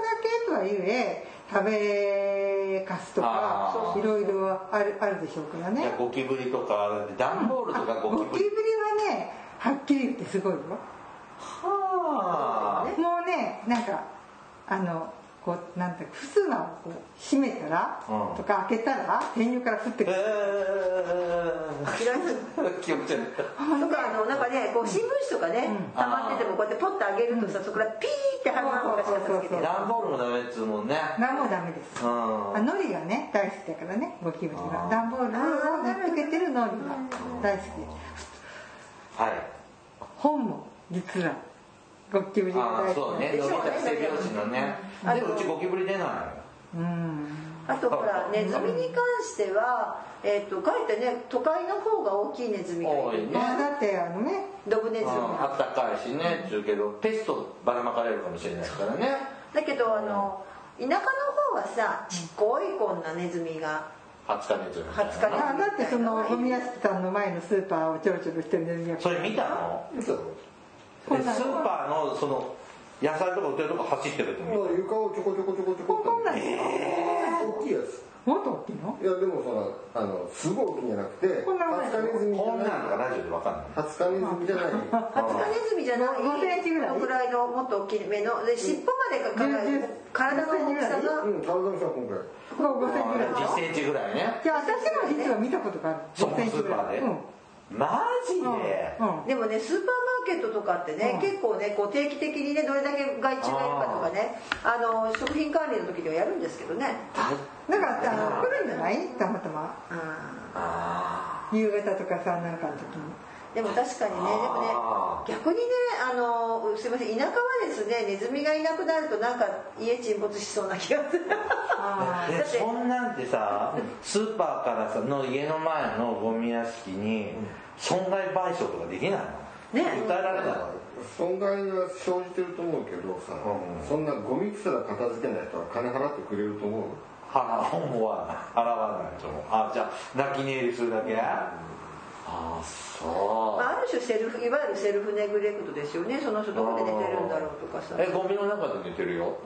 Speaker 4: とはいえ食べかすと
Speaker 1: あ
Speaker 4: か
Speaker 1: ー
Speaker 4: いろいろあるあるでしょうから
Speaker 1: いや
Speaker 4: ね
Speaker 1: ゴキブリとか段ボールとか
Speaker 4: あ
Speaker 1: ゴ
Speaker 4: ゴ
Speaker 1: キ
Speaker 4: キ
Speaker 1: ブ
Speaker 4: ブリ
Speaker 1: リ
Speaker 4: はねはっきり言ってすごいよ
Speaker 1: はあ
Speaker 4: もうねなんかあのこうなんてふすまをこう閉めたら、
Speaker 1: うん
Speaker 4: とか開けたら天井から降ってくる、
Speaker 1: 嫌いな 気持ち悪い
Speaker 2: とかあのなんかねこう新聞紙とかね
Speaker 4: うん
Speaker 2: 溜まっててもこうやってポッとあげるとさそこからピーって鼻の中が近づけて
Speaker 4: そうそうそうそう
Speaker 1: 段ボールもダメっつうもんね
Speaker 4: 何もダメです
Speaker 1: う
Speaker 4: あ
Speaker 1: ん
Speaker 4: のりがね大好きだからねゴキブリ
Speaker 1: あ
Speaker 4: は
Speaker 1: ー
Speaker 4: 段ボールを塗っつけてるのりが大好き
Speaker 1: はい
Speaker 4: 本も実はゴキブリが
Speaker 1: ああ
Speaker 4: 大
Speaker 1: そ
Speaker 4: 好
Speaker 1: う
Speaker 4: き
Speaker 1: ね
Speaker 2: でしょ
Speaker 1: 伸
Speaker 2: う
Speaker 1: び
Speaker 2: ね
Speaker 1: た背拍子のね
Speaker 2: うん
Speaker 1: でもうちゴキブリ出ない
Speaker 4: うん
Speaker 2: あとほらネズミに関してはえっとかえってね都会の方が大きいネズミが
Speaker 1: 多
Speaker 2: い
Speaker 1: い
Speaker 2: る
Speaker 1: ね
Speaker 4: まあだってあのね
Speaker 2: ドブネズ
Speaker 1: う
Speaker 2: ミ
Speaker 1: んあったかいしねっちゅうけどペストばらまかれるかもしれないからね
Speaker 2: だけどあの田舎の方はさちっこいこんなネズミが
Speaker 1: 20日ネズミ
Speaker 2: 20日ネズミ
Speaker 4: あだってそのゴミ屋敷さんの前のスーパーをちょろちょろしてるネズミが
Speaker 1: それ見たの
Speaker 3: そう
Speaker 1: で
Speaker 4: こんなの
Speaker 1: スーパーのその野菜とか売ってるとこ走ってると
Speaker 3: まあ床をちょこちょこちょこちょこ
Speaker 4: こんなん
Speaker 3: って大きいやつ
Speaker 4: もっと大きいの
Speaker 3: いやでもそのあのすごい大きいんじゃなくて
Speaker 4: こんなもんや
Speaker 3: 20日ネズミじゃ
Speaker 1: こん
Speaker 3: ない
Speaker 1: なんとかラジオでわかんない
Speaker 3: 20日ネズミじゃ
Speaker 2: 20
Speaker 3: ない
Speaker 2: 日ネズミじゃない
Speaker 4: 5センチぐらい
Speaker 2: このぐらいのもっと大きめので尻尾までがかか
Speaker 4: うん
Speaker 2: る体の大きさが
Speaker 3: うん体の人は今回
Speaker 4: ここ5センチぐらい
Speaker 1: 10センチぐらいね
Speaker 4: じゃあ私も実は見たことがある
Speaker 1: そう
Speaker 4: 5センチぐ
Speaker 1: ス
Speaker 4: らい
Speaker 1: ーパーで
Speaker 4: うん
Speaker 1: マジ
Speaker 4: うん
Speaker 1: で、
Speaker 4: うん
Speaker 2: でもねスーパーマーケットとかってね、
Speaker 4: うん
Speaker 2: 結構ねこう定期的にねどれだけ害虫がいるかとかねあの食品管理の時にはやるんですけどね
Speaker 4: なんかあの来るんじゃないたまたま
Speaker 2: うん
Speaker 1: あ
Speaker 4: 夕方とかさなんかの時に
Speaker 2: でも確かにねでもね
Speaker 1: あ
Speaker 2: 逆にねあのすいません田舎はですねネズミがいなくなるとなんか家沈没しそうな気がする
Speaker 4: あ
Speaker 2: だ
Speaker 1: で
Speaker 2: って
Speaker 1: そんなんてさスーパーからさの家の前のゴミ屋敷に損害賠償とかできないの
Speaker 2: ね
Speaker 1: 訴えられないの
Speaker 3: 損害は生じてると思うけどさ、
Speaker 1: うん
Speaker 3: そんなゴミすら片付けないと金払ってくれると思う
Speaker 1: 払おうは払わないと思うあじゃあ泣き寝入りするだけ、ああそう、
Speaker 2: まあ、ある種セルフいわゆるセルフネグレクトですよねその人どこで寝てるんだろうとかさ
Speaker 1: えゴミの中で寝てるよ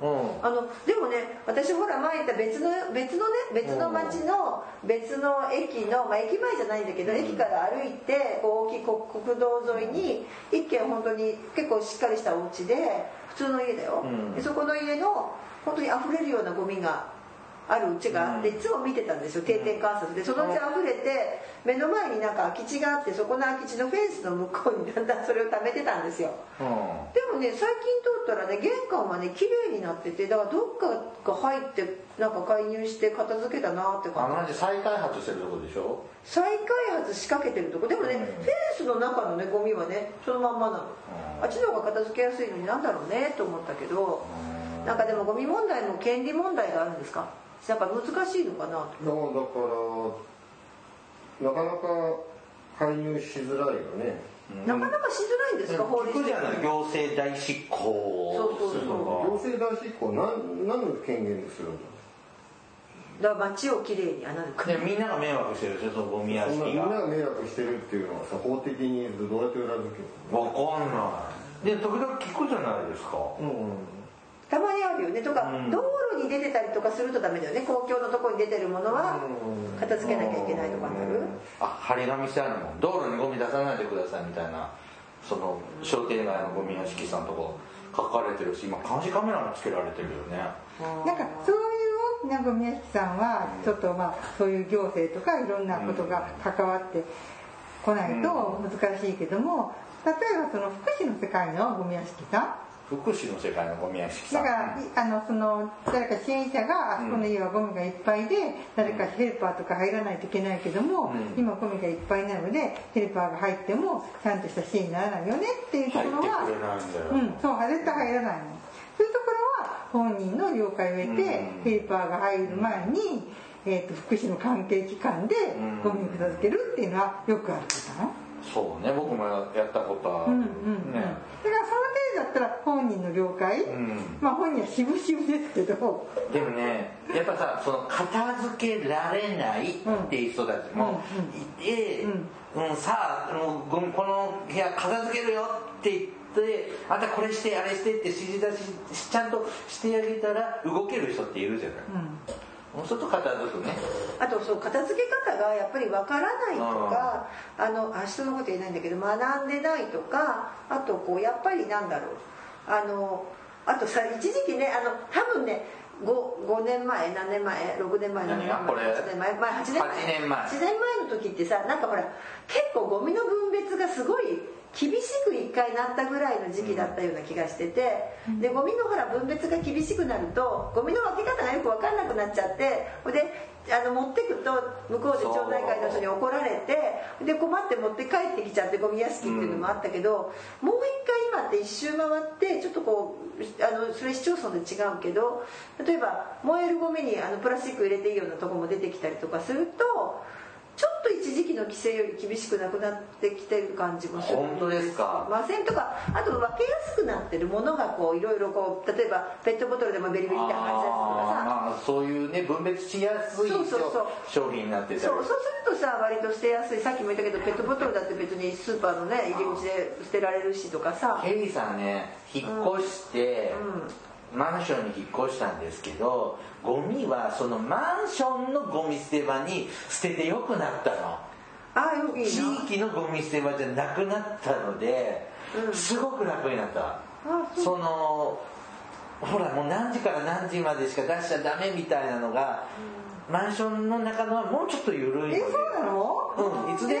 Speaker 1: うん
Speaker 2: あのでもね私ほら前言った別の別のね別の町の別の駅の、まあ、駅前じゃないんだけど、駅から歩いてこう大きい国国道沿いに一軒本当に結構しっかりしたお家で普通の家だよ、
Speaker 1: うん
Speaker 2: でそこの家の本当に溢れるようなゴミがある家があって、
Speaker 1: うん
Speaker 2: いつも見てたんですよ定点観察でそのうち溢れて目の前になんか空き地があってそこの空き地のフェンスの向こうにだんだんそれを貯めてたんですよ
Speaker 1: うん
Speaker 2: でもね最近通ったらね玄関はね綺麗になっててだからどっかが入ってなんか介入して片付けたなって
Speaker 1: あ
Speaker 2: 感
Speaker 1: の
Speaker 2: じ
Speaker 1: 話再開発してるとこでしょ
Speaker 2: 再開発仕掛けてるとこでもね、
Speaker 1: うん
Speaker 2: フェンスの中のねゴミはねそのまんまなの、
Speaker 1: うん
Speaker 2: あっちの方が片付けやすいのになんだろうねと思ったけど、なんかでもゴミ問題も権利問題があるんですかなんか難しいのかなと
Speaker 3: だからなかなか介入しづらいよね
Speaker 2: なかなかしづらいんですか、法律
Speaker 1: 聞くじゃない行政代執行を
Speaker 2: そうそうそう
Speaker 1: する
Speaker 3: 行
Speaker 1: の
Speaker 3: 政代執行何何の権限でするの
Speaker 2: だから街をきれいにあなんか
Speaker 1: がでみんなが迷惑してるでしょそのゴミ屋
Speaker 3: そんなみ
Speaker 1: 敷
Speaker 3: んな
Speaker 1: が
Speaker 3: が迷惑してるっていうのはさ法的にどうやって裏付ける
Speaker 1: わかんないで時々聞くじゃないですか
Speaker 3: のうん
Speaker 2: たまにあるよねとか、
Speaker 1: うん
Speaker 2: 道路に出てたりとかするとダメだよね公共のところに出てるものは
Speaker 3: うん
Speaker 2: 片付けなきゃいけないとかになる
Speaker 1: あ張り紙してあるの道路にゴミ出さないでくださいみたいなその商店街のゴミ屋敷さんとか書かれてるし今監視カメラもつけられてるよね
Speaker 4: なんかそういう大きなゴミ屋敷さんはちょっとまあそういう行政とかいろんなことが関わってこないと難しいけども例えばその福祉の世界のゴミ屋敷さん
Speaker 1: 福祉の世界のゴミ屋敷さん
Speaker 4: だからいあのその誰か支援者があそこの家はゴミがいっぱいで誰かヘルパーとか入らないといけないけども
Speaker 1: うん
Speaker 4: 今ゴミがいっぱいなのでヘルパーが入ってもちゃんとした支援にならないよねっていうとこ
Speaker 1: 入
Speaker 4: ろ
Speaker 1: って
Speaker 4: は
Speaker 1: くれないんだよ、
Speaker 4: うん、そう絶対入らないのそういうところは本人の了解を得て、
Speaker 1: うん
Speaker 4: ヘルパーが入る前に、えー、と福祉の関係機関で
Speaker 1: うん
Speaker 4: ゴミを片付けるっていうのはよくあることなの、
Speaker 1: そうね僕もやったことあ
Speaker 4: う
Speaker 1: る
Speaker 4: んうん
Speaker 1: ね、
Speaker 4: うんだからその程度だったら本人の了解、
Speaker 1: ん
Speaker 4: まあ本人は渋々ですけど
Speaker 1: でもねやっぱさその片付けられないっていう人たちもいて、
Speaker 4: うん
Speaker 1: うんさあもうごめんこの部屋片付けるよって言ってあんたこれしてあれしてって指示出ししちゃんとしてあげたら動ける人っているじゃない、もうちょっと片付くね
Speaker 2: あとそう片付け方がやっぱりわからないとかあのあ人のこと言えないんだけど学んでないとかあとこうやっぱりなんだろうあのあとさ一時期ねあの多分ね 5, 5年前何年前6年前
Speaker 1: 何が
Speaker 2: 年
Speaker 1: これ
Speaker 2: 前8年前前8年前
Speaker 1: 8年前
Speaker 2: 8年前の時ってさなんかほら結構ゴミの分別がすごい厳しく一回なったぐらいの時期だったような気がしてて、でゴミのほら分別が厳しくなるとゴミの分け方がよく分かんなくなっちゃってほいであの持ってくと向こうで町内会の人に怒られてで困って持って帰ってきちゃってゴミ屋敷っていうのもあったけど、もう一回今って一周回ってちょっとこうあのそれ市町村で違うけど例えば燃えるゴミにあのプラスチック入れていいようなとこも出てきたりとかすると。ちょっと一時期の規制より厳しくなくなってきてる感じもする
Speaker 1: 本当ですか
Speaker 2: まあせんとかあと分けやすくなってるものがこういろいろこう例えばペットボトルでもベリベリって配されてた
Speaker 1: あーまあそういうね分別しやすい
Speaker 2: そうそう
Speaker 1: 商商品になって
Speaker 2: り
Speaker 1: た
Speaker 2: とか
Speaker 1: り
Speaker 2: さそうそうするとさ割と捨てやすいさっきも言ったけどペットボトルだって別にスーパーのね入り口で捨てられるしとかさ
Speaker 1: ヘリーさんね引っ越して、マンションに引っ越したんですけどゴミはそのマンションのゴミ捨て場に捨ててよくなったの
Speaker 2: ああよくいい
Speaker 1: 地
Speaker 2: な
Speaker 1: 域のゴミ捨て場じゃなくなったので、
Speaker 2: うん
Speaker 1: すごく楽になった
Speaker 2: あ
Speaker 1: そのほらもう何時から何時までしか出しちゃダメみたいなのが、マンションの中のはもうちょっと緩いので
Speaker 4: えそうなの
Speaker 1: うんいつでも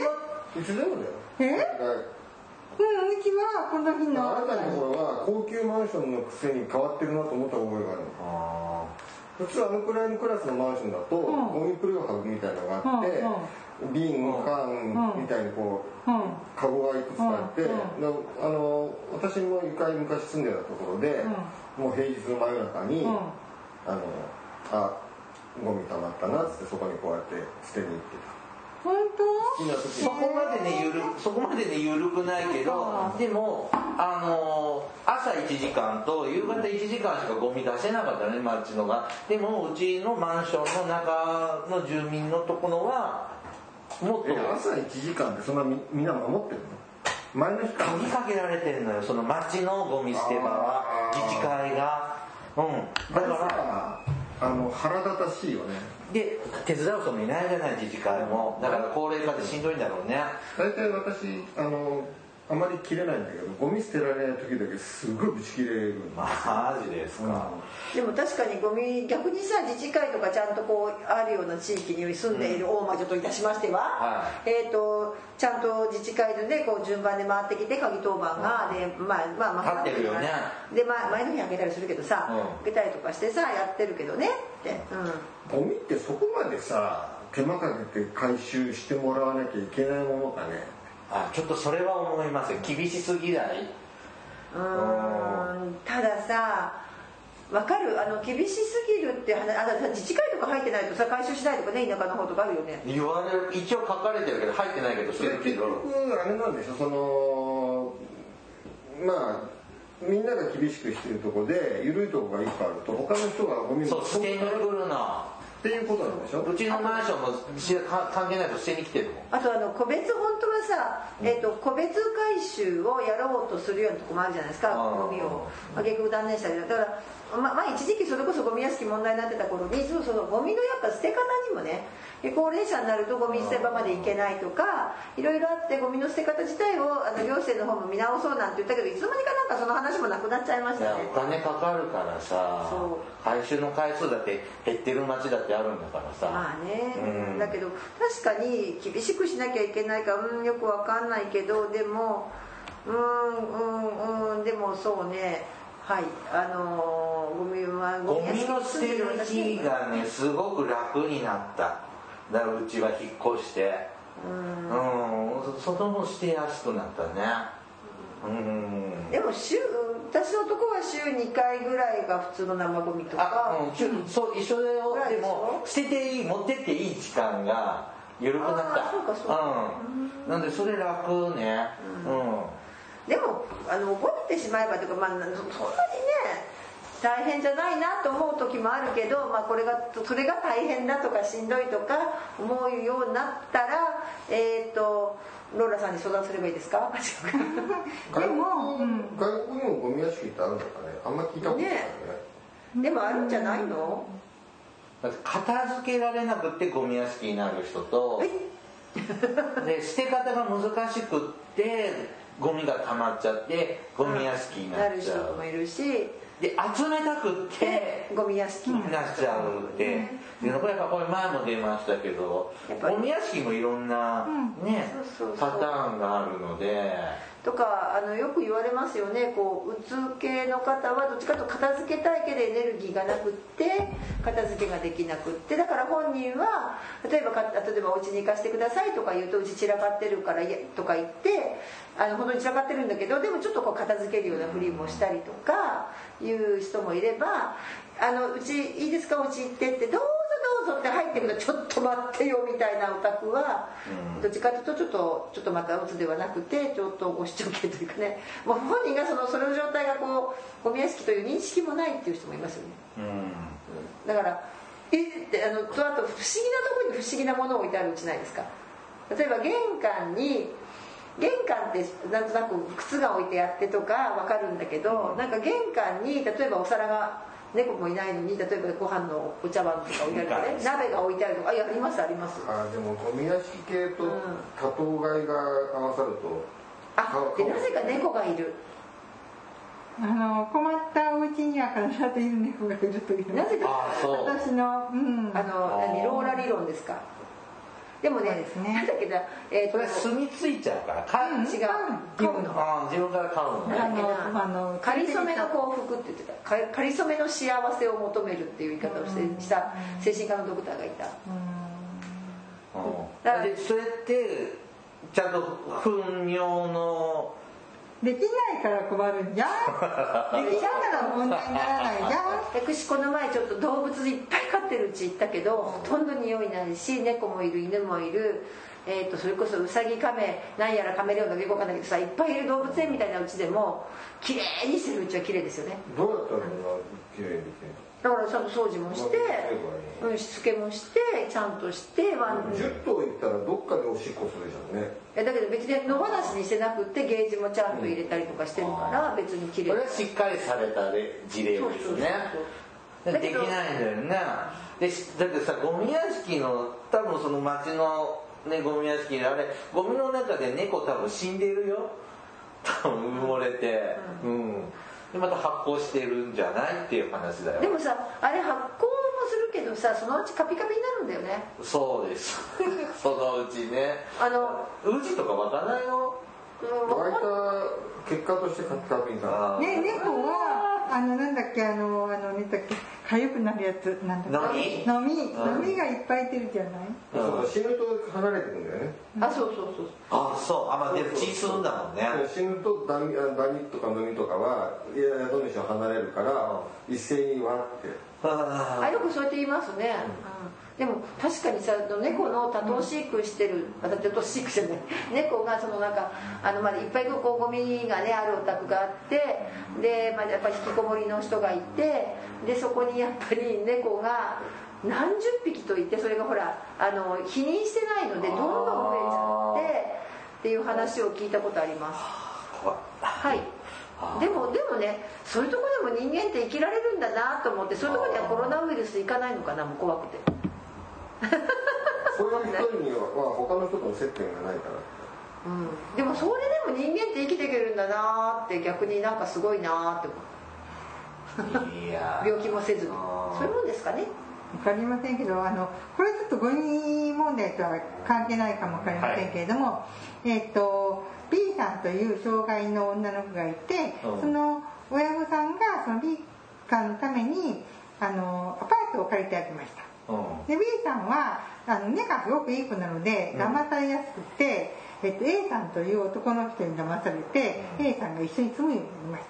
Speaker 3: いつでもだよ
Speaker 4: え
Speaker 3: だ
Speaker 4: う
Speaker 3: から
Speaker 4: んうちはこの日の
Speaker 3: あなたの頃は高級マンションのくせに変わってるなと思った覚えがある普通あのくらいのクラスのマンションだと、
Speaker 4: ん
Speaker 3: ゴミプルハグみたいなのがあって、瓶の缶みたいにこう、
Speaker 4: うん
Speaker 3: カゴがいくつかあって、
Speaker 4: うん
Speaker 3: であの私もゆかり昔住んでたところで、もう平日の真夜中に、
Speaker 4: うん
Speaker 3: あのあゴミ溜まったなっつってそこにこうやって捨てに行って
Speaker 4: 本
Speaker 3: た好きな時に
Speaker 1: そこまでねゆるそこまでね緩くないけどでもあのー朝1時間と夕方1時間しかゴミ出せなかったね町のがでもうちのマンションの中の住民のところはもっと
Speaker 3: え朝1時間でそんなみみんな守ってるの前の日から
Speaker 1: 鍵かけられてんのよその町のゴミ捨て場は
Speaker 3: あー
Speaker 1: 自治会がうんだ
Speaker 3: だ
Speaker 1: から
Speaker 3: からあの腹立たしいよね
Speaker 1: で手伝う人もいないじゃない自治会もだから高齢化でしんどいんだろうね
Speaker 3: 大体私あのあまり切れないんだけどゴミ捨てられない時だけすごいぶち切れるんだ
Speaker 1: マジですか
Speaker 2: でも確かにゴミ逆にさ自治会とかちゃんとこうあるような地域に住んでいる大魔女といたしましては、
Speaker 1: は
Speaker 2: えー、とちゃんと自治会でねこう順番で回ってきて鍵当番が、でまあまあまあ
Speaker 1: 立ってるよね
Speaker 2: で、まあ、前の日開けたりするけどさ、
Speaker 1: うん
Speaker 2: 開けたりとかしてさやってるけどねって、うん
Speaker 3: ゴミってそこまでさ手間かけて回収してもらわなきゃいけないものかね
Speaker 1: あちょっとそれは思います厳しすぎないう
Speaker 2: ーんたださわかるあの厳しすぎるって話あだからさ自治会とか入ってないとさ回収しないとかね田舎の方とかあるよね
Speaker 1: 言われる一応書かれてるけど入ってないけど
Speaker 3: そ
Speaker 1: す
Speaker 3: れ
Speaker 1: るけ
Speaker 3: 結
Speaker 1: ど
Speaker 3: 局あれなんでしょそのまあみんなが厳しくしてるとこで緩いとこがいっぱいあると他の人がゴミ
Speaker 1: そう捨てに来
Speaker 3: っ
Speaker 1: るの
Speaker 3: ていうことなんでしょ
Speaker 1: うちのマンションもしか関係ないと捨てに来てるもん
Speaker 2: あとあの個別本当はさ、えー、と個別回収をやろうとするようなとこもあるじゃないですか
Speaker 1: あー
Speaker 2: ゴミを、まあ、結局断念したりだから、ま、前一時期それこそゴミ屋敷問題になってた頃にそうそうゴミのやっぱ捨て方にもねで高齢者になるとゴミ捨て場まで行けないとかいろいろあってゴミの捨て方自体をあの行政の方も見直そうなんて言ったけどいつの間にかなんかその話もなくなっちゃいまし
Speaker 1: いや
Speaker 2: たね
Speaker 1: お金かかるからさ
Speaker 2: そう
Speaker 1: 回収の回数だって減ってる街だってあるんだからさ、
Speaker 2: まあね、
Speaker 1: うん
Speaker 2: だけど確かに厳しくしなきゃいけないかうんよくわかんないけどでもうんうんうんでもそうねはいあのーゴミは
Speaker 1: ゴミの捨てる日
Speaker 2: が
Speaker 1: がねすごく楽になっただからうちは引っ越してうん、そ外も捨てやすくなったねうん
Speaker 2: でも週私のとこは週2回ぐらいが普通の生ゴミと
Speaker 1: あ
Speaker 2: か、
Speaker 1: うんちゅそう一緒だよ
Speaker 2: ぐらい
Speaker 1: で
Speaker 2: でしょ
Speaker 1: も捨てていい持ってっていい時間が緩くなった
Speaker 2: あーそうかそうか
Speaker 1: うん、なんでそれ楽ねうん、
Speaker 2: でもあのゴミてしまえばというか、まあ、なそそんなにね大変じゃないなと思う時もあるけど、まあ、これがそれが大変だとかしんどいとか思うようになったらえっ、とローラさんに相談すればいいですか
Speaker 4: 当でも、うん、
Speaker 3: 外国にもゴミ屋敷ってあるのかねあんま聞いたことないよね
Speaker 2: ねでもあるんじゃないの
Speaker 1: だって片付けられなくってゴミ屋敷になる人とで捨て方が難しくってゴミが溜まっちゃってゴミ屋敷にな
Speaker 2: な
Speaker 1: っ
Speaker 2: る
Speaker 1: ち
Speaker 2: 人
Speaker 1: ゃ
Speaker 2: も
Speaker 1: う
Speaker 2: いるし
Speaker 1: で集めたくって
Speaker 2: ゴミ屋敷に
Speaker 1: なっちゃうって、でこれやっぱこれ前も出ましたけど
Speaker 2: やっぱり
Speaker 1: ゴミ屋敷もいろんな、ね
Speaker 2: そうそうそ
Speaker 1: パ
Speaker 2: う
Speaker 1: ターンがあるので
Speaker 2: とかあのよく言われますよねこううつ系の方はどっちかというと片付けたいけどエネルギーがなくって片付けができなくってだから本人は例えばか例えばお家に行かせてくださいとか言うとうち散らかってるからいやとか言ってあの本当に散らかってるんだけどでもちょっとこう片付けるようなふりもしたりとかいう人もいればあのうちいいですかお家行ってってどうぞどうぞって入ってくるとちょっと待ってよみたいなお宅は、どっちかというとちょっとちょっとまた鬱ではなくてちょっとご視聴系というかねもう本人がそのそれの状態がこうゴミ屋敷という認識もないっていう人もいますよね
Speaker 1: うん
Speaker 2: だからえってあのとあと不思議なところに不思議なものを置いてあるうちないですか例えば玄関に玄関ってなんとなく靴が置いてあってとかわかるんだけど、なんか玄関に例えばお皿が猫もいないのに例えばご飯のお茶碗とか置いてあるとかね
Speaker 1: 玄
Speaker 2: 鍋が置いてあるとかあいやありますあります
Speaker 3: あーでもゴミ屋敷系と
Speaker 2: うん
Speaker 3: 多頭飼いが合わさると
Speaker 2: あでなぜか猫がいる
Speaker 4: あの困ったお家には必ず犬猫がいるという
Speaker 2: なぜか
Speaker 1: ああそう
Speaker 4: 私の、うん、
Speaker 2: あの
Speaker 1: あー
Speaker 2: 何ローラ理論ですかでもね
Speaker 4: そうですね
Speaker 2: なんだっけな、え
Speaker 1: そ
Speaker 2: ーと
Speaker 1: れ住み着いちゃうから買う
Speaker 2: 違う
Speaker 4: 買うの
Speaker 1: あー自分から買うのね
Speaker 4: あ
Speaker 2: だっけ
Speaker 4: の
Speaker 2: な
Speaker 4: あの
Speaker 2: かりそめの幸福って言ってたかかりそめの幸せを求めるっていう言い方をしてした精神科のドクターがいただから
Speaker 1: でそれってちゃんと糞尿の
Speaker 4: できないから困るんじゃんできたから問題にならないじゃ
Speaker 2: 私この前ちょっと動物いっぱい飼ってるうち行ったけどほとんど匂いないし猫もいる犬もいる、えー、とそれこそウサギカメなんやらカメレオンだけよくわかんないけどさいっぱいいる動物園みたいなうちでも綺麗にしてるうちは綺麗ですよね
Speaker 3: どうやったら綺麗にできる
Speaker 2: だからちゃんと掃除もして
Speaker 3: う
Speaker 2: うんしつけもしてちゃんとしてワン
Speaker 3: の10頭いったらどっかでおしっこするでしょうね
Speaker 2: えだけど別に野放しにしてなくってゲージもちゃんと入れたりとかしてるから別に綺
Speaker 1: これ
Speaker 2: 麗
Speaker 1: はしっかりされた例事例ですね
Speaker 2: そうそうそう
Speaker 1: できないんだよねでしだってさゴミ屋敷の多分その町の、ね、ゴミ屋敷のあれゴミの中で猫多分死んでるよ多分埋もれてうん、でまた発酵してるんじゃないっていう話だよ
Speaker 2: でもさあれ発酵もするけどさそのうちカピカピになるんだよね
Speaker 1: そうです そのうちね
Speaker 2: あの
Speaker 1: 宇治とか湧かないの
Speaker 2: うん
Speaker 3: 湧いた結果としてカピカピにな
Speaker 4: ん
Speaker 3: る
Speaker 4: ね猫はあのなんだっけあのあのなんだっけ痒くなるやつなんだっけ
Speaker 1: の
Speaker 4: のみ
Speaker 1: うん
Speaker 4: のみがいっぱいいてるじゃない
Speaker 3: そうそう死ぬと離れてくんだよね
Speaker 2: あそうそうそう
Speaker 1: あそうあまあでも血するんだもんね
Speaker 3: 死ぬとダニあダニとかノミとかはいやいやどうにしよう離れるから一斉にわって
Speaker 1: あ
Speaker 2: あよくそうやって言いますね、うんでも確かにさあの猫の多頭飼育してる、あ多頭飼育じゃない猫がそのなんかあのまあいっぱいこうゴミがねあるお宅があってで、まあ、やっぱり引きこもりの人がいてでそこにやっぱり猫が何十匹といてそれがほらあの避妊してないのでどんどん増えちゃってっていう話を聞いたことあります
Speaker 1: 怖い
Speaker 2: はい。でもでもねそういうとこでも人間って生きられるんだなと思ってそういうとこにはコロナウイルスいかないのかなもう怖くて
Speaker 3: そういう人には、まあ、他の人との接点がないから
Speaker 2: うんでもそれでも人間って生きていけるんだなって逆になんかすごいなって思う
Speaker 1: いや
Speaker 2: 病気もせずに
Speaker 1: あー
Speaker 2: そういうもんですかね
Speaker 4: わかりませんけどあのこれちょっとゴミ問題とは関係ないかもわかりませんけれども、えっ、と B さんという障害の女の子がいて、
Speaker 1: うん
Speaker 4: その親御さんがその B さんのためにあのアパートを借りてあげました
Speaker 1: うん
Speaker 4: で B さんはあの目がすごくいい子なので
Speaker 1: うん
Speaker 4: 騙されやすくて、えっと、A さんという男の人に騙されて、
Speaker 1: うん
Speaker 4: A さんが一緒に住むようになりまし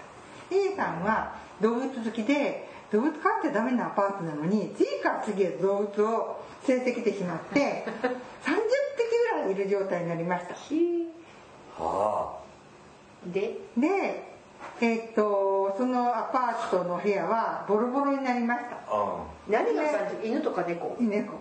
Speaker 4: た A さんは動物好きで動物飼っちゃダメなアパートなのに次から次へと動物を連れてきてしまって 30匹ぐらいいる状態になりました
Speaker 1: は
Speaker 2: で
Speaker 4: でえっとそのアパートの部屋はボロボロになりました
Speaker 1: あうん
Speaker 2: 何が感じ犬とか猫
Speaker 4: 猫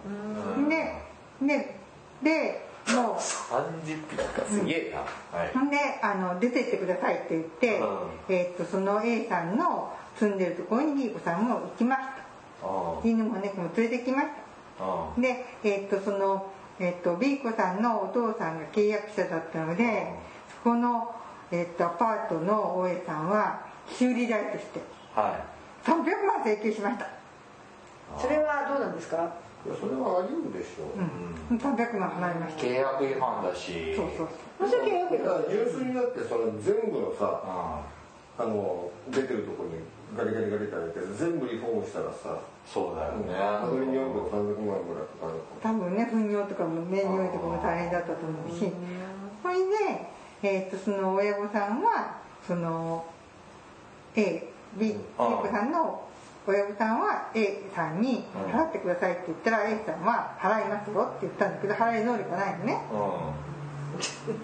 Speaker 4: でででもう
Speaker 1: 30匹かすげえな、はい
Speaker 4: ほんであの出てってくださいって言って、
Speaker 1: う
Speaker 4: えーっとその A さんの住んでるところに B 子さんも行きまし
Speaker 1: うん
Speaker 4: た犬も猫も連れてきまし
Speaker 1: うん
Speaker 4: たで、えーっとそのえーっと B 子さんのお父さんが契約者だったので、そこの、えーっとアパートの大江さんは修理代として
Speaker 1: は
Speaker 4: 300万請求しました、
Speaker 2: それはどうなんですか
Speaker 3: いやそれはあり得るでしょう、
Speaker 4: うん、300万払いま
Speaker 1: い
Speaker 4: した
Speaker 1: 契約違反だし
Speaker 4: そうそう
Speaker 2: それは
Speaker 3: だから純粋にだってその全部のさ
Speaker 1: うん
Speaker 3: あの出てるところにガリガリガリってあげて全部リフォームしたらさ
Speaker 1: そうだよね、
Speaker 3: それに4分300万ぐらいかかる
Speaker 4: 多分ね糞尿とかもね匂いとかも大変だったと思うしそれで、えー、とその親御さんはその AB
Speaker 1: ああ
Speaker 4: 子さんの親御さんは A さんに
Speaker 1: うん
Speaker 4: 払ってくださいって言ったら A さんは払いますよって言ったんだけど払える能力がないのね
Speaker 1: うん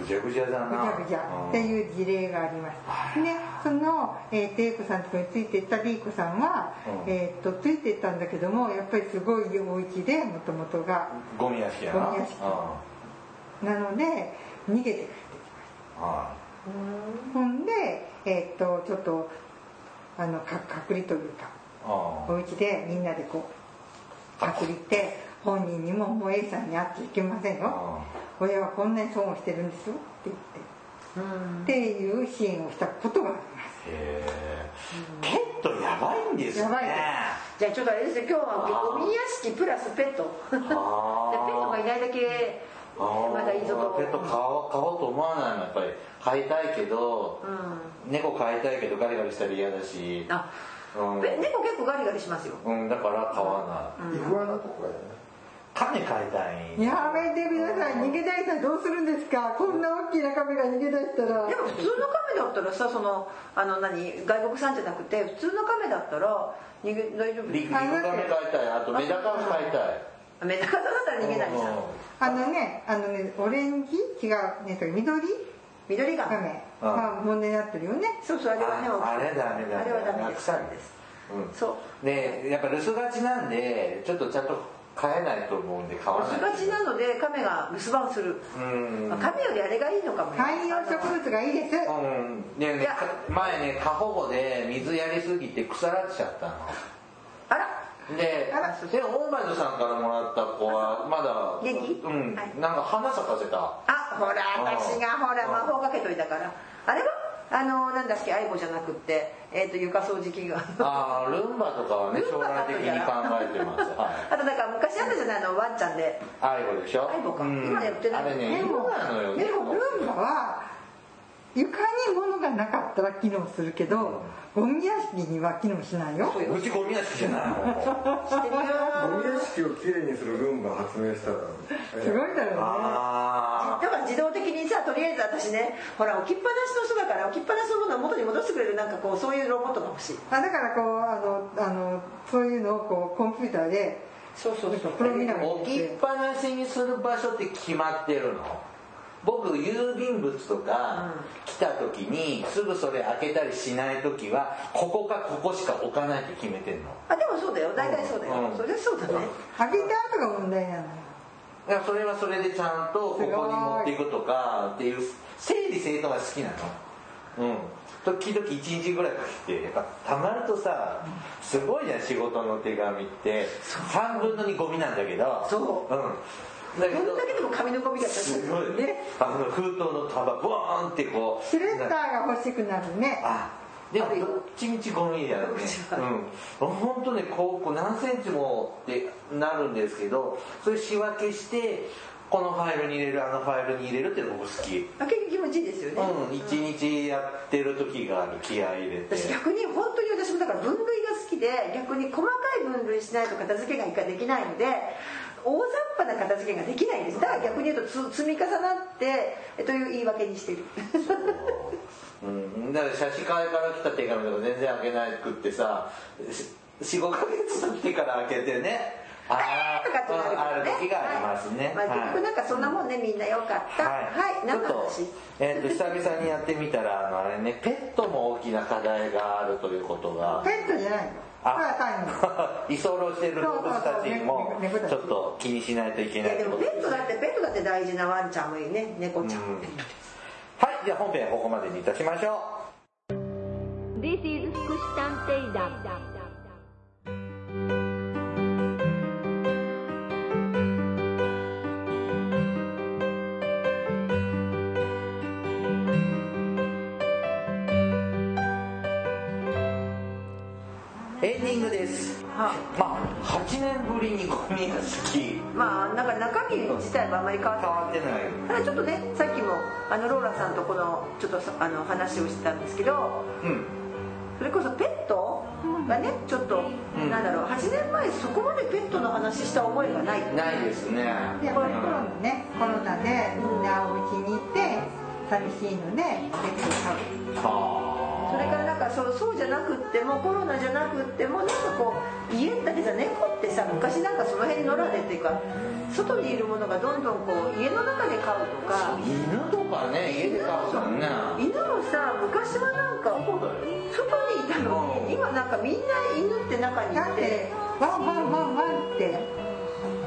Speaker 1: ぐじゃぐじゃだ
Speaker 4: ぐち
Speaker 1: な
Speaker 4: ゃぐちゃって
Speaker 1: う
Speaker 4: いう事例がありますでその、えー、と A 子さんのとこについていった B 子さんは、
Speaker 1: うん
Speaker 4: えー、とついていったんだけどもやっぱりすごいお家でもともとが
Speaker 1: んゴミ屋敷やな
Speaker 4: ゴミ屋敷
Speaker 1: うん
Speaker 4: なので逃げてく
Speaker 1: は
Speaker 4: ほんで、えーっとちょっとあのか隔離というか
Speaker 1: いうん
Speaker 4: お家でみんなでこう隔離って本人にももう A さんに会っていけませんよ親はこんなに損をしてるんですよって言ってっていう支援をしたことがあります
Speaker 1: へえペットやばいんですね
Speaker 4: やばいで
Speaker 2: じゃあちょっとあれですよ今日はゴミ屋敷プラスペットペットがいないだけまだいいぞと
Speaker 1: ペット飼おう飼おうと思わないのやっぱり飼いたいけど、猫飼いたいけどガリガリしたら嫌だし、
Speaker 2: あ
Speaker 1: うん
Speaker 2: べ猫結構ガリガリしますよ
Speaker 1: うん、だから飼わない、
Speaker 3: イグアナとかやね
Speaker 1: 亀飼いたい
Speaker 4: やめてください逃げ出したらどうするんですかこんな大きなカメが逃げ出したら
Speaker 2: でも普通のカメだったらさそのあの何外国産じゃなくて普通のカメだったら逃げ大丈夫
Speaker 1: リリクガメ飼いたいあとメダカ飼いたい
Speaker 2: メダカだったら逃げないさ
Speaker 4: あのねあのねオレンジ違うねそれ緑
Speaker 2: 緑が
Speaker 4: カメまあ問題になってるよね
Speaker 2: そうそうあれはね
Speaker 1: ああれダメだ
Speaker 2: あれはダメです
Speaker 1: ダメですうん
Speaker 2: そう
Speaker 1: ねやっぱ留守がちなんでちょっとちゃんと飼えないと思うんで飼わない
Speaker 2: すがちなのでカメが留守番する、
Speaker 1: うん
Speaker 2: まあ、カメよりあれがいいのかもね
Speaker 4: 観葉植物がいいです
Speaker 1: うんね
Speaker 2: い
Speaker 1: ね
Speaker 2: や
Speaker 1: 前ね過保護で水やりすぎて腐らっちゃった
Speaker 2: あら
Speaker 1: ので
Speaker 2: あら
Speaker 1: で大魔女さんからもらった子はまだ
Speaker 2: 元気
Speaker 1: うん
Speaker 2: はい
Speaker 1: なんか花咲かせた
Speaker 2: あほら
Speaker 1: あー
Speaker 2: 私がほら魔法かけといたからあれはあのなんだっけアイボじゃなくって、えー、と床掃除機が
Speaker 1: あールンバとかはね将来的に考えてますはい
Speaker 2: あとだから昔あったじゃないあのワンちゃんで
Speaker 1: アイボでしょ
Speaker 2: アイボか
Speaker 1: うん
Speaker 2: 今やってない
Speaker 1: あれね
Speaker 4: でも
Speaker 1: 今なのよ
Speaker 4: で
Speaker 1: 猫
Speaker 4: もル ンバは床に物がなかったら機能するけど、ゴミ屋敷には機能しないよ
Speaker 1: うちゴミ屋敷じゃない もん
Speaker 2: 知ってるよ
Speaker 3: ゴミ屋敷をきれいにするルンバ発明したら
Speaker 4: すごいだろうね
Speaker 1: あ
Speaker 2: だから自動的にさとりあえず私ねほら置きっぱなしの人だから置きっぱなしのものを元に戻してくれるなんかこうそういうロボットが欲しい
Speaker 4: あだからこうあのあのそういうのをこうコンピューターで
Speaker 2: そうそ
Speaker 4: なんかプログラ
Speaker 1: あ
Speaker 4: ム
Speaker 1: 置きっぱなしにする場所って決まってるの僕郵便物とか来た時にすぐそれ開けたりしない時はここかここしか置かないって決めてんの
Speaker 2: あでもそうだよ大体そうだよ、
Speaker 1: うん
Speaker 2: それはそうだね、
Speaker 4: 開けた後が問題なのよ
Speaker 1: だからそれはそれでちゃんとここに
Speaker 4: すごい
Speaker 1: 持っていくとかっていう整理整頓が好きなのうん時々1日ぐらいかけてやっぱたまるとさすごいじゃん仕事の手紙って3分の2ゴミなんだけど
Speaker 2: そ
Speaker 1: うんだけ
Speaker 2: ど
Speaker 1: ど
Speaker 2: んだけでも紙のゴミだったり
Speaker 1: す
Speaker 2: る
Speaker 1: ごいねあの封筒の束ボーンってこう
Speaker 4: シュレッダーが欲しくなるね
Speaker 1: あでも
Speaker 2: ある
Speaker 1: ど
Speaker 2: よ
Speaker 1: っちみちゴミやね
Speaker 2: どっちか
Speaker 1: うん本当ねこうこう何センチもってなるんですけどそれ仕分けしてこのファイルに入れるあのファイルに入れるっていうの僕好き
Speaker 2: あ結局気持ちいいですよね、
Speaker 1: うん一日やってる時がある気合い入れて
Speaker 2: 私逆に本当に私もだから分類が好きで逆に細かい分類しないと片付けが一回できないので大雑把な片付けができないんですだから逆に言うとつ積み重なってえという言い訳にしてる
Speaker 1: うんだから写真会から来た手紙とか全然開けなくってさ45か月経ってから開けてねあ
Speaker 2: あーとかってなる
Speaker 1: あ
Speaker 2: から
Speaker 1: る
Speaker 2: ね
Speaker 1: 時がありますね、
Speaker 2: はいま
Speaker 1: は
Speaker 2: あ、
Speaker 1: い
Speaker 2: 結局なんかそんなもんね、みんなよかったはい、
Speaker 1: ちょ
Speaker 2: 何
Speaker 1: っ
Speaker 2: の
Speaker 1: と
Speaker 2: 話、
Speaker 1: えー、と久々にやってみたらあのあれねペットも大きな課題があるということが
Speaker 4: ペットじゃないのただ単に
Speaker 1: あ居候してる動物たちも
Speaker 4: そうそうそうね猫たち
Speaker 1: ちょっと気にしないといけ
Speaker 2: い
Speaker 1: ない
Speaker 2: や
Speaker 1: って
Speaker 2: で
Speaker 1: こ
Speaker 2: も
Speaker 1: と
Speaker 2: ペッ
Speaker 1: で
Speaker 2: ト
Speaker 1: す
Speaker 2: だってペットだって大事なワンちゃんもいいね猫ちゃん、
Speaker 1: うんはいじゃあ本編はここまでにいたしましょ
Speaker 6: This is 福祉探偵団
Speaker 1: うエンディングです
Speaker 2: は
Speaker 1: まあ8年ぶりにゴミ屋敷
Speaker 2: いまあなんか中身自体はあんまり変わって
Speaker 1: 変
Speaker 2: ない
Speaker 1: わってない
Speaker 2: ただちょっとねさっきもあのローラさんとこのちょっとさあの話をしてたんですけど
Speaker 1: うん
Speaker 2: それこそペットがねちょっと、
Speaker 1: うん
Speaker 2: なんだろう8年前そこまでペットの話した覚えがない
Speaker 1: ないですね
Speaker 4: でこれコロナねコロナでみんなお家にいて寂しいのでペットを飼う
Speaker 1: は
Speaker 2: それからなんかそうそうじゃなくってもコロナじゃなくってもなんかこう家だけじゃ猫ってさ昔なんかその辺に野良でっていうか外にいるものがどんどんこう家の中で飼うとか
Speaker 1: あ犬とかね家で飼うからね
Speaker 2: 犬もさ昔はなん
Speaker 1: そ
Speaker 2: か
Speaker 1: うだよ
Speaker 2: 外にいたのに今なんかみんな犬って中にい
Speaker 4: だっててワンワンワンワンって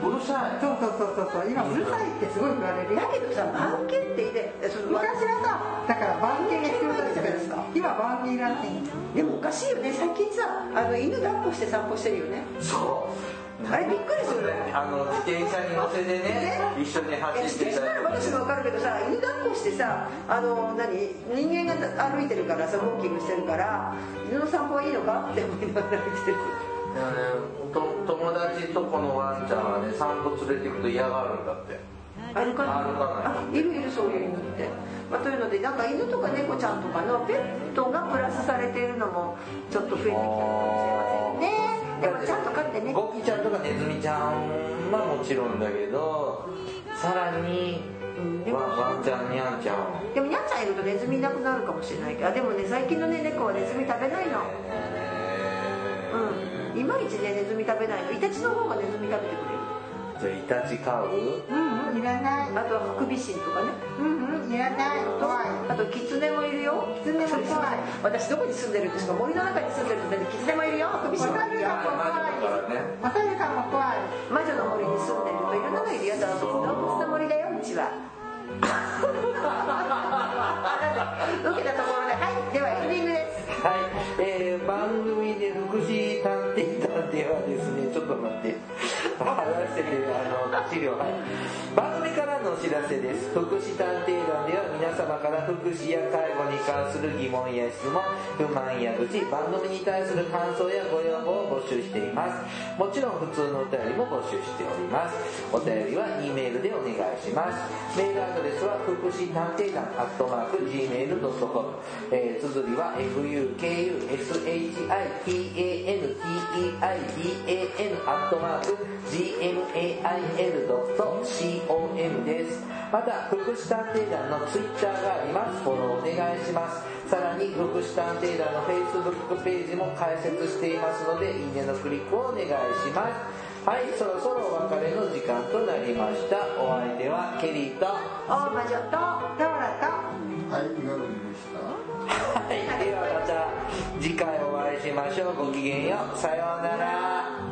Speaker 1: うるさい
Speaker 4: そうそうそうそうそう今うるさいってすごい言われる
Speaker 2: だ
Speaker 4: よ
Speaker 2: けどさ番犬っていてえその
Speaker 4: 昔はさだから番犬が必要だったじゃないですか今番犬いらない
Speaker 2: でもおかしいよね最近さあの犬抱っこして散歩してるよね
Speaker 1: そう
Speaker 2: あれびっくりするよね
Speaker 1: あの自転車に乗せてね一緒に
Speaker 2: え
Speaker 1: 走
Speaker 2: 自
Speaker 1: って
Speaker 2: 転
Speaker 1: た
Speaker 2: 車なら
Speaker 1: り
Speaker 2: 私も分かるけどさ犬抱っこしてさあの何人間が歩いてるからさウォーキングしてるから犬の散歩はいいのかって思いながら歩いてる
Speaker 1: いやねと友達とこのワンちゃんはね散歩連れて行くと嫌がるんだって
Speaker 2: 歩かない
Speaker 1: 歩かない
Speaker 2: あいるいるそういう犬って、まあ、というのでなんか犬とか猫ちゃんとかのペットがプラスされているのもちょっと増えてきたのかもしれませんねでもちゃんと飼ってね
Speaker 1: ゴキちゃんとかネズミちゃんはもちろんだけどさらに
Speaker 2: うんでも
Speaker 1: ワンワンちゃんニャンちゃん
Speaker 2: でもニャンちゃんいるとネズミいなくなるかもしれないけどあでもね最近のね猫はネズミ食べないのうんいまいちねネズミ食べないのイタチの方がネズミ食べてくれる
Speaker 1: じゃあイタチ飼う
Speaker 4: うんうんいらない
Speaker 2: あとはハクビシンとかね
Speaker 4: うんうんいらない怖い
Speaker 2: あとキツネもいるよ
Speaker 4: キツネも怖い
Speaker 2: 私どこに住んでるんですか森の中に住んでるんでキツネもいるよハクビシンもいるよ
Speaker 1: 魔女だからね
Speaker 4: おさるさんも怖い
Speaker 2: 魔女の森に住んでるといろんなのいるよ動物の森だようち は受けたところではいではエンディングです
Speaker 1: はい、えー、番組で福祉探偵探偵はですねちょっと待って話しててあの資料はい番組からのお知らせです福祉探偵団では皆様から福祉や介護に関する疑問や質問不満や愚痴番組に対する感想やご要望を募集していますもちろん普通のお便りも募集しておりますお便りは E メールでお願いしますメールアドレスは福祉探偵団アットマーク Gmail.com えー、綴りは fukushitanteidan アットマーク gmail.com ですまた福祉探偵団のツイッターがありますフォローお願いしますさらに福祉探偵団の Facebook ページも開設していますのでいいねのクリックをお願いしますはいそろそろお別れの時間となりましたお相手はケリーと
Speaker 2: 大魔女と
Speaker 4: タオラと
Speaker 3: はい、今のでした。
Speaker 1: はい、ではまた次回お会いしましょうごきげんようさようなら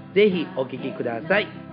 Speaker 6: す
Speaker 1: ぜひお聞きください